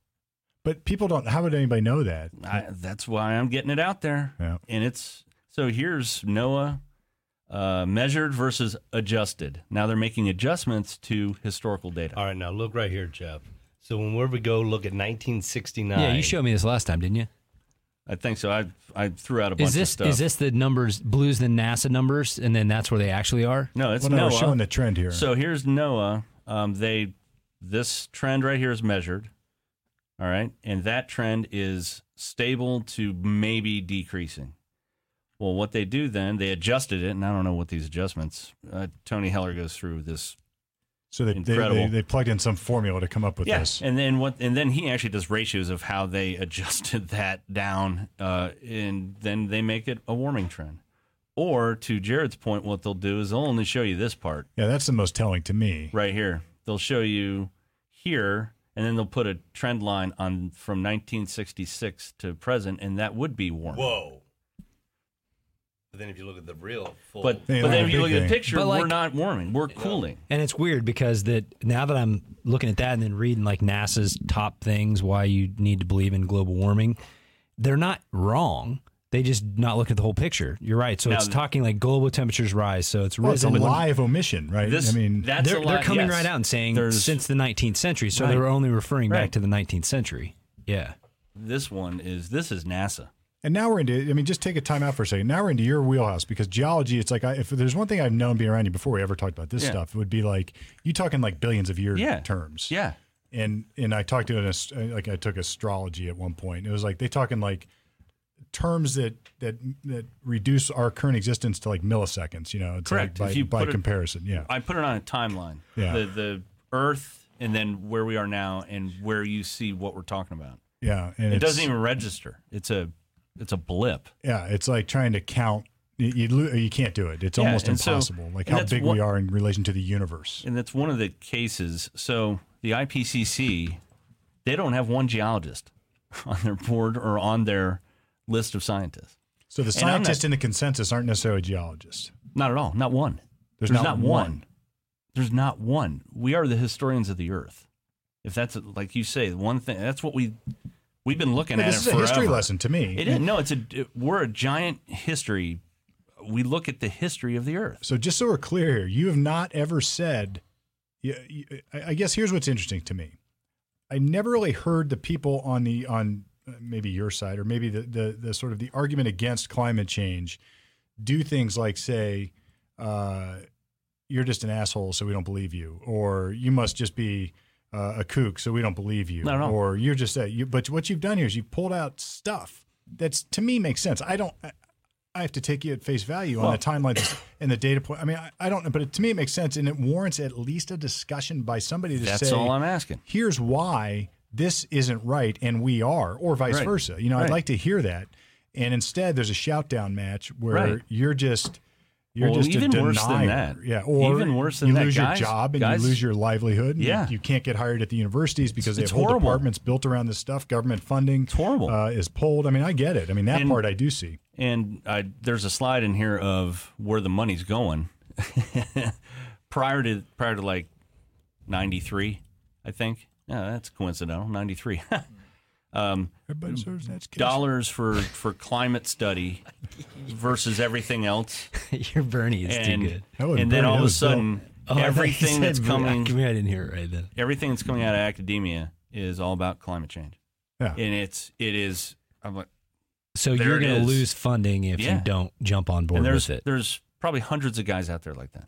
A: but people don't. How would anybody know that?
B: I, that's why I'm getting it out there.
A: Yeah.
B: And it's so here's NOAA uh, measured versus adjusted. Now they're making adjustments to historical data.
A: Uh,
D: All right, now look right here, Jeff. So whenever we go, look at 1969.
C: Yeah, you showed me this last time, didn't you?
B: I think so. I I threw out a bunch
C: Is
B: of
C: this
B: stuff.
C: is this the numbers blues the NASA numbers, and then that's where they actually are?
B: no, it's
A: Well, no, we're
B: Noah.
A: showing the trend here.
B: so here's Noah. Um, they this trend right here is measured. All right. And that trend is stable to maybe decreasing. Well, what they do then, they adjusted it. And I don't know what these adjustments, uh, Tony Heller goes through this.
A: So they, they, they,
B: Incredible.
A: they plugged in some formula to come up with
B: Yes.
A: this.
B: And then what, and then he actually does ratios of how they *laughs* adjusted that down. Uh, and then they make it a warming trend. Or to Jared's point, what they'll do is they'll only show you this part.
A: Yeah, that's the most telling to me.
B: right here. They'll show you here, and then they'll put a trend line on from 1966 to present, and that would be warm.
D: Whoa. But then if you look at the real full.
B: But
A: They
B: but
A: like
B: then
A: a
B: if you
A: big
B: look at
A: thing.
B: the picture,
C: But,
B: we're
C: like-
B: not warming; we're cooling.
C: And it's weird because that now that I'm looking at that and then reading like NASA's top things why you need to believe in global warming, they're not wrong. They just not look at the whole picture. You're right. So
B: Now-
C: it's talking like global temperatures rise. So it's
A: Well, it's a
C: risen.
A: live omission, right?
B: This,
A: I mean,
B: that's
C: they're,
B: a
C: they're
B: lot-
C: coming
B: yes.
C: right out and saying
B: There's-
C: since the 19th century. So they
B: Right.
C: were only referring back
B: Right.
C: to the 19th century. Yeah. *laughs*
B: This one is this is NASA.
A: And now we're into, I mean, just take a time out for a second. Now we're into your wheelhouse because geology, it's like, I, if there's one thing I've known being around you before we ever talked about this
B: Yeah.
A: stuff, it would be like, you talking like billions of year
B: Yeah.
A: terms.
B: Yeah,
A: And, and I talked to an, ast- uh, like, I took astrology at one point. It was like, they talking like terms that, that, that reduce our current existence to like milliseconds, you know, it's
B: Correct.
A: Like by,
B: If you
A: by
B: put it-
A: comparison. yeah.
B: I put it on a timeline.
A: Yeah.
B: The the Earth, and then where we are now, and where you see what we're talking about.
A: yeah. And
B: It
A: it's-
B: doesn't even register. It's a it's a blip.
A: yeah. It's like trying to count. You, you, lo- you can't do it. It's
B: Yeah,
A: almost
B: and so-
A: impossible. like
B: and
A: how
B: that's
A: big
B: one-
A: we are in relation to the universe.
B: And that's one of the cases. So the IPCC, they don't have one geologist *laughs* on their board or on their list of scientists.
A: So the
B: And I'm
A: scientists in the consensus aren't necessarily geologists.
B: Not at all. Not one.
A: There's not one.
B: There's not one. We are the historians of the earth. If that's like you say, one thing that's what we we've been looking
A: But
B: at.
A: this is
B: it
A: a history
B: forever.
A: lesson to me.
B: It is no. It's a it- we're a giant history. We look at the history of the earth.
A: So just so we're clear here, you have not ever said. you- you- I I guess here's what's interesting to me. I never really heard the people on the on uh, maybe your side or maybe the the, the sort of the argument against climate change do things like say. Uh, you're just an asshole, so we don't believe you, or you must just be uh, a kook, so we don't believe you,
B: No, no.
A: or you're just a. You, but what you've done here is you've pulled out stuff that's to me makes sense. I don't. I, I have to take you at face value on
B: Well-
A: the timeline and the data point. I mean, I, I don't know, but it, to me it makes sense, and it warrants at least a discussion by somebody to
B: That's
A: say,
B: all I'm asking.
A: "Here's why this isn't right, and we are," or vice
B: Right.
A: versa. You know, I'd
B: Right.
A: like to hear that. And instead, there's a shout down match where
B: Right.
A: you're just you're
B: Well,
A: just a
B: even
A: denier.
B: worse than that.
A: Yeah, or
B: Even worse than
A: you
B: that,
A: lose
B: guys-
A: your job and
B: guys-
A: you lose your livelihood. and
B: Yeah.
A: you, you can't get hired at the universities because
B: it's
A: they have whole
B: horrible.
A: departments built around this stuff. Government funding it's
B: horrible.
A: Uh, is pulled. I mean, I get it. I mean, that
B: And-
A: part I do see.
B: And I, there's a slide in here of where the money's going. *laughs* prior to prior to like 93, I think. Yeah, that's coincidental. 93 um,
A: Everybody serves that
B: *laughs* dollars for for climate study versus everything else,
C: Your Bernie is
B: and
C: too good.
A: That wasn't
B: and then
A: Bernie,
B: all
A: that
B: of a
A: was Bill.
B: sudden
C: Oh, *laughs* I thought you
B: everything
C: said
B: that's
C: Bernie. I
B: coming
C: mean, I didn't hear it right then.
B: everything that's coming out of academia is all about climate change.
A: Yeah.
B: And it's it is. I'm like,
C: So
B: There
C: you're
B: it
C: going to
B: is.
C: lose funding if
B: Yeah.
C: you don't jump on board
B: and there's
C: with it.
B: there's probably hundreds of guys out there like that.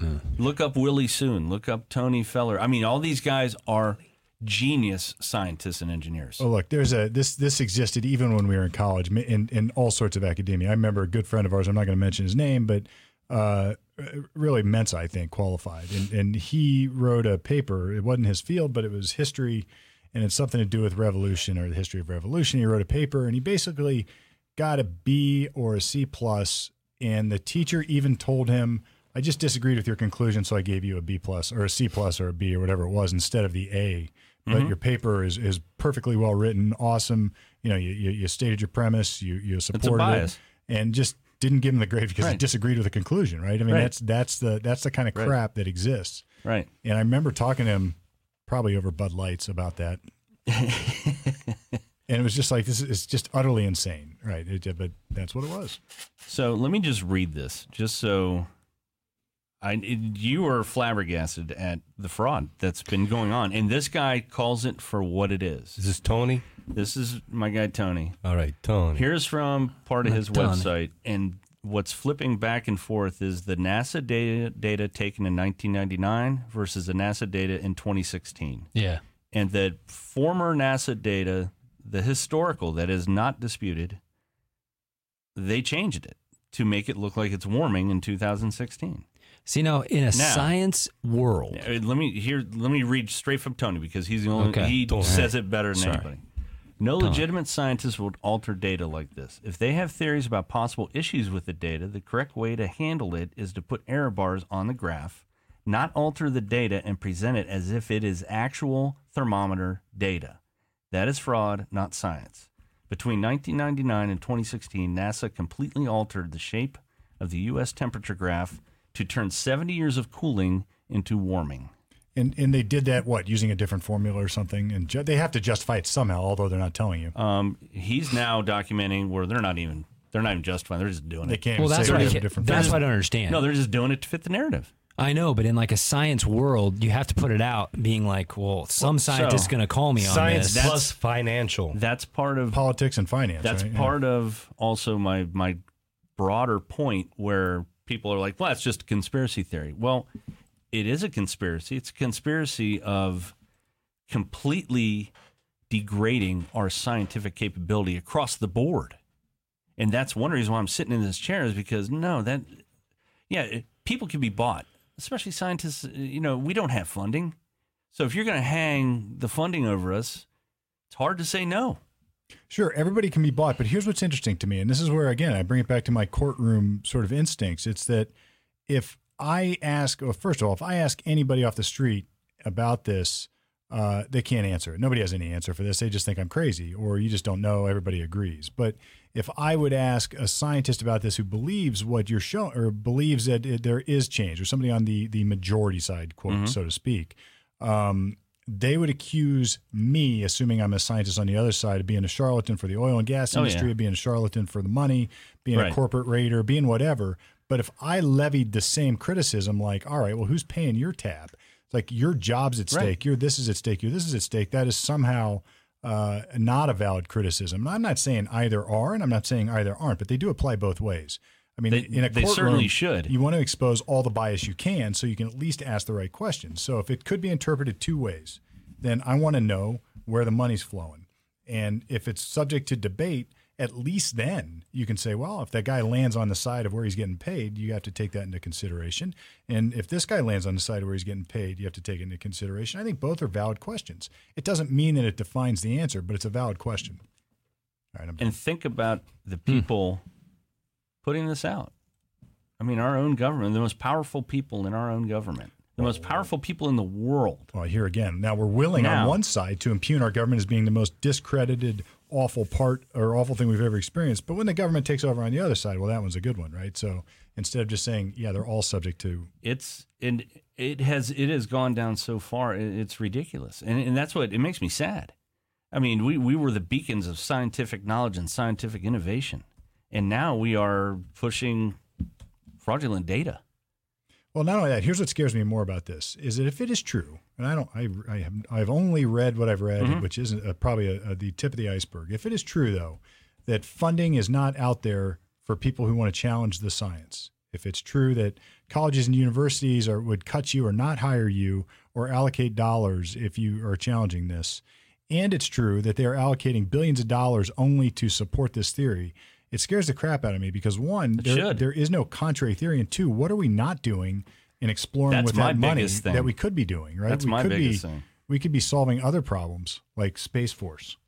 C: Mm.
B: Look up Willie Soon. Look up Tony Feller. I mean, all these guys are genius scientists and engineers.
A: Oh, look, there's a this this existed even when we were in college ma- in in all sorts of academia. I remember a good friend of ours. I'm not going to mention his name, but uh, really Mensa, I think, qualified, and and he wrote a paper. It wasn't his field, but it was history, and it's something to do with revolution or the history of revolution. He wrote a paper, and he basically got a B or a C plus, and the teacher even told him. I just disagreed with your conclusion, so I gave you a B plus or a C plus or a B or whatever it was instead of the A
B: Mm-hmm.
A: but your paper is is perfectly well written, awesome. You know, you, you, you stated your premise, you you supported
B: bias.
A: it, and just didn't give him the grade because he
B: Right.
A: disagreed with the conclusion. Right? I mean,
B: Right.
A: that's that's the that's the kind of crap that exists.
B: Right.
A: And I remember talking to him probably over Bud Lights about that, and it was just like this is it's just utterly insane. Right? It, but that's what it was.
B: So let me just read this, just so I it- you are flabbergasted at the fraud that's been going on, and this guy calls it for what it is.
D: Is this Tony?
B: This is my guy Tony.
D: All right, Tony.
B: Here's from part of his
C: Tony.
B: website, and what's flipping back and forth is the NASA data, data taken in 1999 versus the NASA data in 2016.
C: Yeah.
B: and that former NASA data, the historical that is not disputed, they changed it to make it look like it's warming in 2016.
C: See now, in a science world,
B: Uh, Let me here. Let me read straight from Tony because he's the only
C: Okay.
B: he
C: Don't-
B: says it better than
C: Sorry.
B: anybody. No legitimate scientist would alter data like this. If they have theories about possible issues with the data, the correct way to handle it is to put error bars on the graph, not alter the data and present it as if it is actual thermometer data. That is fraud, not science. Between 1999 and 2016, NASA completely altered the shape of the U.S. temperature graph to turn 70 years of cooling into warming.
A: And and they did that what using a different formula or something, and ju- they have to justify it somehow, although they're not telling you.
B: Um, he's now documenting where they're not even they're not even justifying. They're just doing
A: They
B: it.
A: can't.
C: well,
A: even
C: that's
A: say
C: what
A: they
C: I,
A: have a
C: can't-
A: different.
C: that's
A: formula.
C: what I don't understand.
B: No, they're just doing it to fit the narrative.
C: I know, but in like a science world, you have to put it out, being like, well, some scientist's
B: so-
C: going to call me on
D: Science
C: this.
D: plus financial.
B: That's part of
A: politics and finance.
B: that's
A: right?
B: part of also my my broader point where people are like, well, it's just a conspiracy theory. Well, it is a conspiracy. It's a conspiracy of completely degrading our scientific capability across the board. And that's one reason why I'm sitting in this chair is because no, that yeah, it, people can be bought, especially scientists. You know, we don't have funding, so if you're going to hang the funding over us, it's hard to say no.
A: Yeah. Sure, everybody can be bought, but here's what's interesting to me, and this is where again I bring it back to my courtroom sort of instincts. It's that if I ask, well, first of all, if I ask anybody off the street about this, uh, they can't answer it. Nobody has any answer for this. They just think I'm crazy, or you just don't know. Everybody agrees. But if I would ask a scientist about this who believes what you're showing, or believes that it, there is change, or somebody on the the majority side, quote
B: Mm-hmm.
A: so to speak, um, they would accuse me, assuming I'm a scientist on the other side, of being a charlatan for the oil and gas
B: Oh,
A: industry,
B: yeah.
A: being a charlatan for the money, being
B: Right.
A: a corporate raider, being whatever. But if I levied the same criticism, like, all right, well, who's paying your tab? It's like your job's at
B: Right.
A: stake. Your this is at stake. Your this is at stake. That is somehow uh, not a valid criticism. And I'm not saying either are, and I'm not saying either aren't, but they do apply both ways. I mean,
B: They-
A: in a
B: they
A: courtroom,
B: certainly should.
A: You want to expose all the bias you can, so you can at least ask the right questions. So if it could be interpreted two ways, then I want to know where the money's flowing. And if it's subject to debate, at least then you can say, well, if that guy lands on the side of where he's getting paid, you have to take that into consideration. And if this guy lands on the side of where he's getting paid, you have to take it into consideration. I think both are valid questions. It doesn't mean that it defines the answer, but it's a valid question. All right, I'm done.
B: and think about the people putting this out. I mean, our own government, the most powerful people in our own government, the most powerful people in the world.
A: Well, uh, here again. Now we're willing on
B: Now.
A: one side to impugn our government as being the most discredited, awful part or awful thing we've ever experienced. But when the government takes over on the other side, well, that one's a good one, right? So instead of just saying, yeah, they're all subject to
B: It's and it has it has gone down so far. i- It's ridiculous, and and that's what it makes me sad. I mean, we we were the beacons of scientific knowledge and scientific innovation, and now we are pushing fraudulent data.
A: Well, not only that, here's what scares me more about this is that if it is true, and I don't, I, I have, I've only read what I've read, which isn't uh probably a, a, the tip of the iceberg. If it is true, though, that funding is not out there for people who want to challenge the science, if it's true that colleges and universities are would cut you or not hire you or allocate dollars if you are challenging this, and it's true that they are allocating billions of dollars only to support this theory. It scares the crap out of me because one, there,
B: should.
A: there is no contrary theory, and two, what are we not doing in exploring
B: That's
A: with
B: my
A: that money
B: biggest thing.
A: that we could be doing? Right?
B: That's
A: we
B: my
A: could
B: biggest
A: be,
B: thing.
A: We could be solving other problems like Space Force.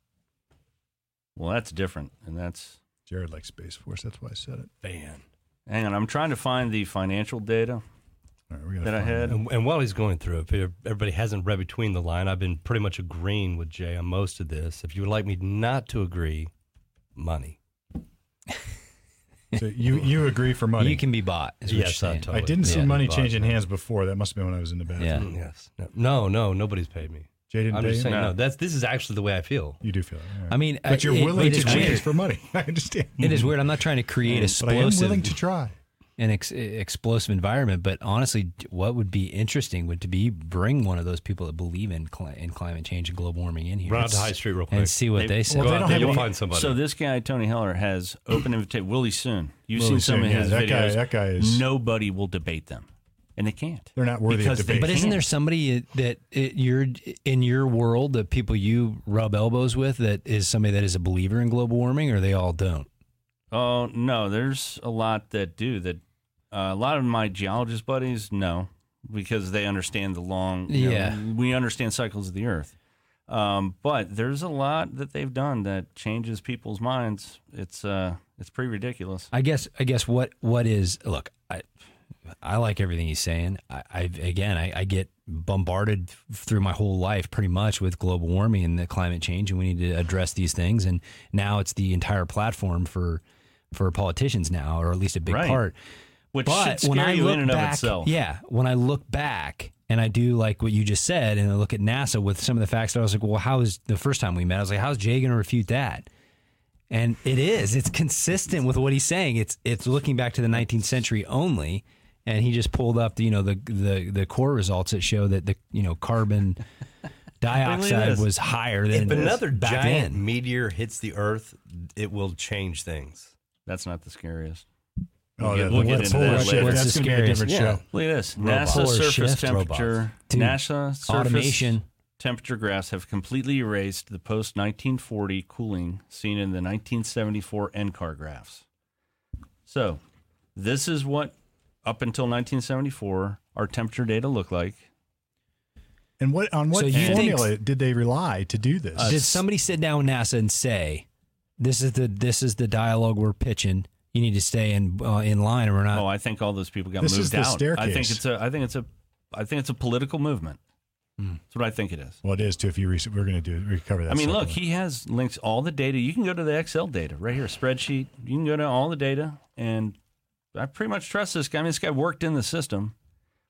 B: Well, that's different, and that's
A: Jared likes Space Force. That's why I said it.
D: Man.
B: hang on. I'm trying to find the financial data.
A: All right, we gotta
B: that I
A: find
B: had.
D: And, and while he's going through it, if everybody hasn't read between the line, I've been pretty much agreeing with Jay on most of this. If you would like me not to agree, money.
A: it. So you you agree
B: *laughs*
A: for money?
C: You can be bought. Is what
D: Yes,
C: you're saying.
D: I'm totally-
A: I didn't see
D: yeah,
A: money
D: but-
A: changing hands before. That must have been when I was in the bathroom.
C: Yeah.
D: Mm, Yes. No, no, no, nobody's paid me.
A: Jay didn't
D: I'm
A: pay
D: just
A: you?
D: saying,
B: No.
D: no, that's this is actually the way I feel.
A: You do feel it. All right.
C: I mean, I-
A: but you're
C: it-
A: willing
C: it
A: to
C: is weird.
A: change for money. *laughs* I understand.
C: It is weird. I'm not trying to create
A: But I am
C: explosive.
A: willing to try.
C: an ex- explosive environment. But honestly, what would be interesting would to be bring one of those people that believe in cli- in climate change and global warming in here
D: Run out
C: and
D: to
C: s-
D: High Street real quick.
C: and see what
B: They-
C: they, say.
A: Well,
D: Go
A: they
D: out
A: don't
D: there,
A: have
D: you'll
A: any-
D: find somebody.
B: So this guy Tony Heller has open invitation. Willie Soon, you've
A: Willie
B: seen some
A: Soon,
B: of
A: yeah,
B: his
A: that
B: videos.
A: guy- that guy is-
B: Nobody will debate them, and they can't.
A: They're not worthy of
B: because they
A: debate.
C: But isn't
B: can't.
C: there somebody that it, you're in your world, the people you rub elbows with, that is somebody that is a believer in global warming, or they all don't?
B: Oh no, there's a lot that do that. Uh, a lot of my geologist buddies, no, because they understand the long. you know,
C: Yeah.
B: we understand cycles of the Earth. Um, but there's a lot that they've done that changes people's minds. It's uh, it's pretty ridiculous.
C: I guess. I guess what what is look. I I like everything he's saying. I, I again, I, I get bombarded through my whole life pretty much with global warming and the climate change, and we need to address these things. And now it's the entire platform for for politicians now, or at least a big
B: Right.
C: part.
B: Which should
C: But
B: scare
C: when I
B: you
C: look
B: in and
C: back,
B: of itself.
C: yeah, when I look back and I do like what you just said, and I look at NASA with some of the facts that I was like, well, how is the first time we met? I was like, how's Jay going to refute that? And it is. It's consistent with what he's saying. It's it's looking back to the 19th century only, and he just pulled up the you know the the the core results that show that the you
B: *laughs*
C: know carbon dioxide
B: is.
C: was higher than
D: if another
C: back
D: giant
C: then.
D: meteor hits the Earth, it will change things.
B: That's not the scariest.
A: Oh,
B: get-
A: that-
B: we'll get
A: that's
B: into that
A: polar
B: later.
A: shift.
C: What's
A: That's
C: the
A: going to be a
C: scariest?
A: different
C: Yeah.
A: show.
B: Look at this.
D: Robots.
B: NASA
C: Polar
B: surface
C: shift
B: temperature.
C: robots. Dude,
B: NASA surface
C: automation.
B: temperature graphs have completely erased the post 1940 cooling seen in the 1974 NCAR graphs. So, this is what up until 1974 our temperature data looked like.
A: And what on what
C: So you think-
A: formula did they rely to do this?
B: Uh,
C: Did somebody sit down with NASA and say, "This is the this is the dialogue we're pitching. You need to stay in uh, in line, or we're not."
B: oh, I think all those people got
A: This
B: moved
A: is the
B: out. I think
A: staircase.
B: it's a I think it's a I think it's a political movement.
C: Hmm.
B: That's what I think it is.
A: well, it is too. If you rec- we're going to do recover that.
B: I mean,
A: stuff.
B: look, he has links all the data. You can go to the Excel data right here, spreadsheet. You can go to all the data, and I pretty much trust this guy. I mean, this guy worked in the system.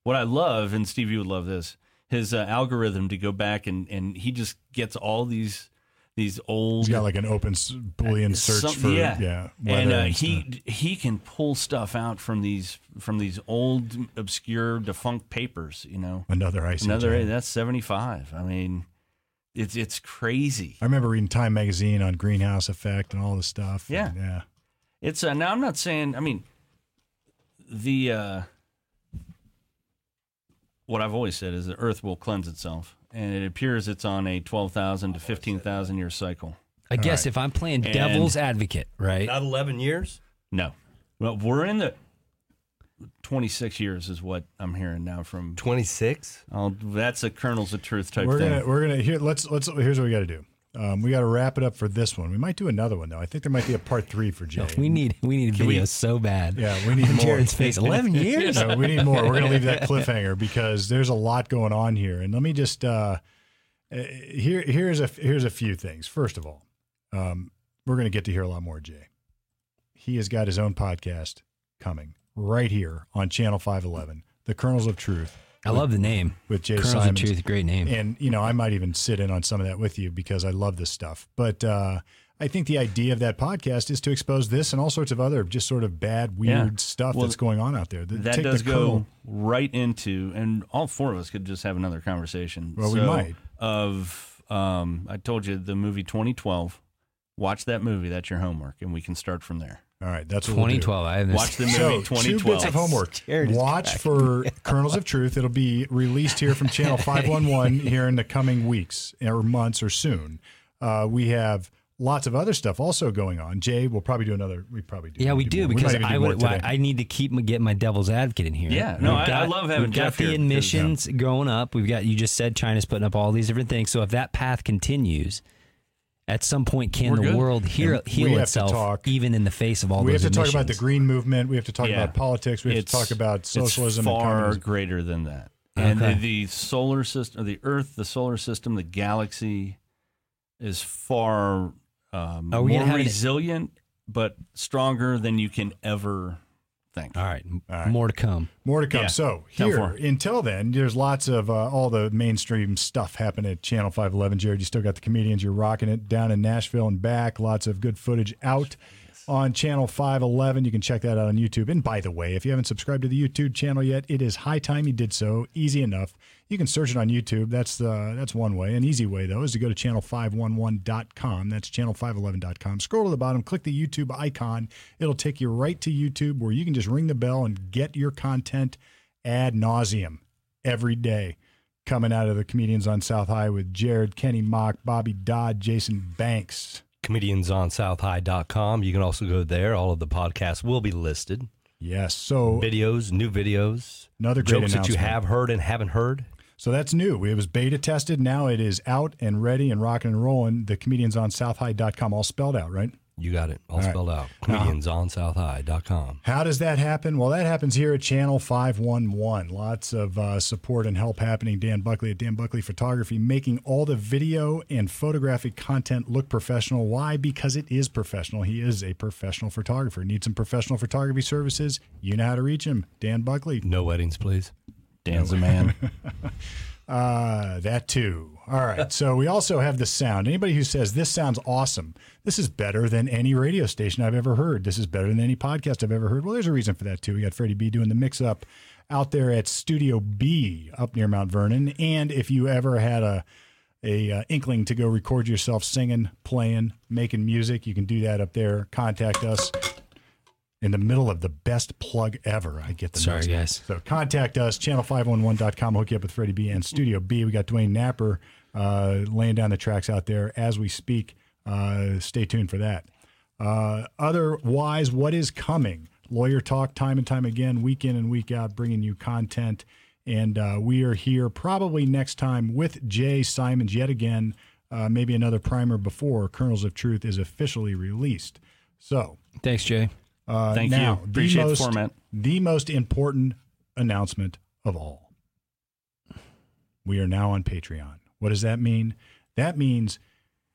B: What I love, and Steve, you would love this, his uh, algorithm to go back and and he just gets all these these old
A: He's got like an open s- boolean search
B: some-
A: for yeah, weather
B: and, uh,
A: stuff.
B: he he can pull stuff out from these from these old obscure defunct papers. You know,
A: another ice.
B: another that's seventy five. I mean, it's it's crazy.
A: I remember reading Time magazine on greenhouse effect and all this stuff.
B: Yeah.
A: and, yeah.
B: It's uh, now I'm not saying. I mean, the uh, what I've always said is the Earth will cleanse itself, and it appears it's on a twelve thousand to fifteen thousand year cycle.
C: I guess if I'm playing devil's advocate, right?
D: Not 11 years?
B: No, well, we're in the twenty six years is what I'm hearing now from.
D: 26?
B: Oh, that's a kernels of truth type
A: We're
B: thing.
A: gonna we're gonna here. Let's let's here's what we got to do. Um, we got to wrap it up for this one. We might do another one though. I think there might be a part three for Jay.
C: we need we need a
B: we-
C: video so bad.
A: yeah, we need more.
C: *laughs* Jared's
A: *laughs*
C: face. Eleven years.
A: No, we need more. We're going to leave
C: *laughs*
A: that cliffhanger because there's a lot going on here. And let me just uh, uh, here here's a here's a few things. First of all, um, we're going to get to hear a lot more Jay. He has got his own podcast coming right here on Channel Five Eleven, The Kernels of Truth
C: I love the name.
A: with Jay
C: Kernels of
A: Simons.
C: Truth, great name.
A: And you know, I might even sit in on some of that with you because I love this stuff. But uh, I think the idea of that podcast is to expose this and all sorts of other just sort of bad, weird
B: Yeah.
A: stuff
B: Well,
A: that's going on out there. The-
B: that
A: take the
B: does go
A: kernel-
B: right into, and all four of us could just have another conversation.
A: Well, we might.
B: Of, um, I told you the movie 2012. Watch that movie. That's your homework, and we can start from there.
A: All right, that's what we'll do.
C: 2012. I
A: *laughs*
C: haven't.
B: Watch the movie
A: So, two
B: 2012.
A: bits of homework.
C: Jared is
A: Watch for Kernels of Truth. It'll be released here from Channel 511 here in the coming weeks or months or soon. Uh, we have lots of other stuff also going on. Jay, we'll probably do another. We probably do.
C: Yeah, we
A: do
C: do
A: more.
C: because
A: might even do
C: I
A: more
C: would. why-
A: today.
C: I need to keep m- getting my devil's advocate in here.
B: Yeah, no, I- I love having
C: we've got
B: Jeff
C: the
B: here because,
C: admissions growing up. We've got you just said China's putting up all these different things. So if that path continues, at some point, can
B: We're
C: the
B: good.
C: world heal,
A: And we
C: heal
A: have to
C: itself,
A: talk-
C: even in the face of all
A: we have
C: those
A: to talk about the
C: admissions?
A: green movement. We have to talk
B: Yeah.
A: about politics. We have
B: It's-
A: to talk about socialism
B: It's
A: and
B: far
A: communism.
B: greater than that. And
C: Okay.
B: the, the solar system, the Earth, the solar system, the galaxy is far um,
C: Are we
B: more
C: gonna have an-
B: resilient, but stronger than you can ever think.
C: All right, m-
A: All right.
C: more to come.
A: More to come.
B: Yeah.
A: So
B: Time
A: here,
B: for
A: until then, there's lots of uh, all the mainstream stuff happening at Channel 511. Jared, you still got the comedians. You're rocking it down in Nashville and back. Lots of good footage out. on channel 511. You can check that out on YouTube. And by the way, if you haven't subscribed to the YouTube channel yet, it is high time you did so. Easy enough. You can search it on YouTube. That's the that's one way. An easy way though is to go to channel511.com. That's channel511.com. Scroll to the bottom, click the YouTube icon. It'll take you right to YouTube where you can just ring the bell and get your content ad nauseum every day coming out of the comedians on South High with Jared, Kenny Mock, Bobby Dodd, Jason Banks.
D: comediansonsouthhigh.com. You can also go there. All of the podcasts will be listed.
A: Yes. So
D: Videos, new videos,
A: another great
D: jokes that you
A: announcement.
D: have heard and haven't heard.
A: So that's new. It was beta tested. Now it is out and ready and rocking and rolling. The comedians on southhigh.com all spelled out, right?
D: You got it all,
A: right. Uh-huh.
D: spelled out. Comediansonsouthhigh.com.
A: How does that happen? Well, that happens here at Channel 511. Lots of uh, support and help happening. Dan Buckley at Dan Buckley Photography making all the video and photographic content look professional. Why? Because it is professional. He is a professional photographer. Need some professional photography services? You know how to reach him. Dan Buckley.
D: No weddings, please.
B: Dan's
A: *laughs*
B: a man.
A: Uh, that too. All right. so we also have the sound. Anybody who says this sounds awesome, this is better than any radio station I've ever heard. This is better than any podcast I've ever heard. Well, there's a reason for that too. We got Freddie B doing the mix up out there at Studio B up near Mount Vernon. And if you ever had a a uh, inkling to go record yourself singing, playing, making music, you can do that up there. Contact us in the middle of the best plug ever. I get the
C: Sorry,
A: notes.
C: guys.
A: So contact us, channel511.com. Hook you up with Freddie B and Studio B. We got Dwayne Napper uh, laying down the tracks out there as we speak. Uh, stay tuned for that. Uh, otherwise, what is coming? Lawyer Talk, time and time again, week in and week out, bringing you content. And uh, we are here probably next time with Jay Simons yet again. Uh, maybe another primer before Kernels of Truth is officially released. So
C: Thanks, Jay.
A: uh,
B: Thank
A: now,
B: you.
A: the
B: Appreciate the
A: most-
B: format.
A: The most important announcement of all. We are now on Patreon. What does that mean? That means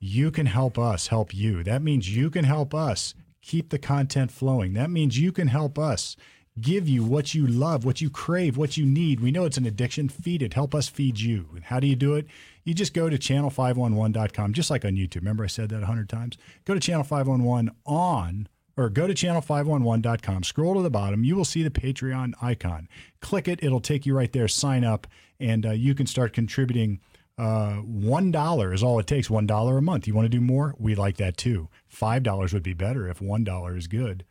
A: you can help us help you. That means you can help us keep the content flowing. That means you can help us give you what you love, what you crave, what you need. We know it's an addiction. Feed it. Help us feed you. And how do you do it? You just go to channel511.com, just like on YouTube. Remember, I said that a hundred times? Go to channel 511 on or go to channel511.com, scroll to the bottom, you will see the Patreon icon. Click it, it'll take you right there, sign up, and uh, you can start contributing. Uh, $1 is all it takes, $1 a month. You want to do more? We like that too. $5 would be better if $1 is good.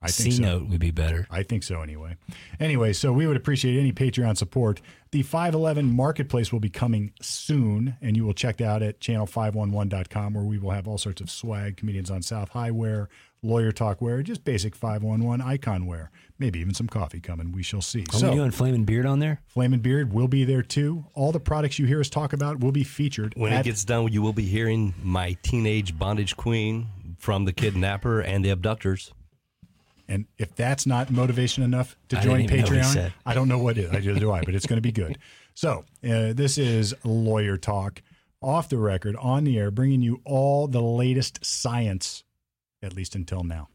A: I think
C: C
A: so.
C: note would be better.
A: I think so anyway. Anyway, so we would appreciate any Patreon support. The 511 Marketplace will be coming soon, and you will check that out at channel511.com where we will have all sorts of swag, comedians on South High wear, lawyer talk wear, just basic 511 icon wear, maybe even some coffee coming. We shall see.
C: Are
A: so,
C: we doing flaming beard on there?
A: Flame and Beard will be there too. All the products you hear us talk about will be featured
D: When
A: at
D: it gets done, you will be hearing my teenage bondage queen from the kidnapper and the abductors.
A: And if that's not motivation enough to
C: I
A: join
C: didn't even know what he
A: Patreon,
C: said.
A: I don't know what is. I do, do I, but it's going to be
C: *laughs*
A: good. So uh, this is lawyer talk, off the record, on the air, bringing you all the latest science, at least until now.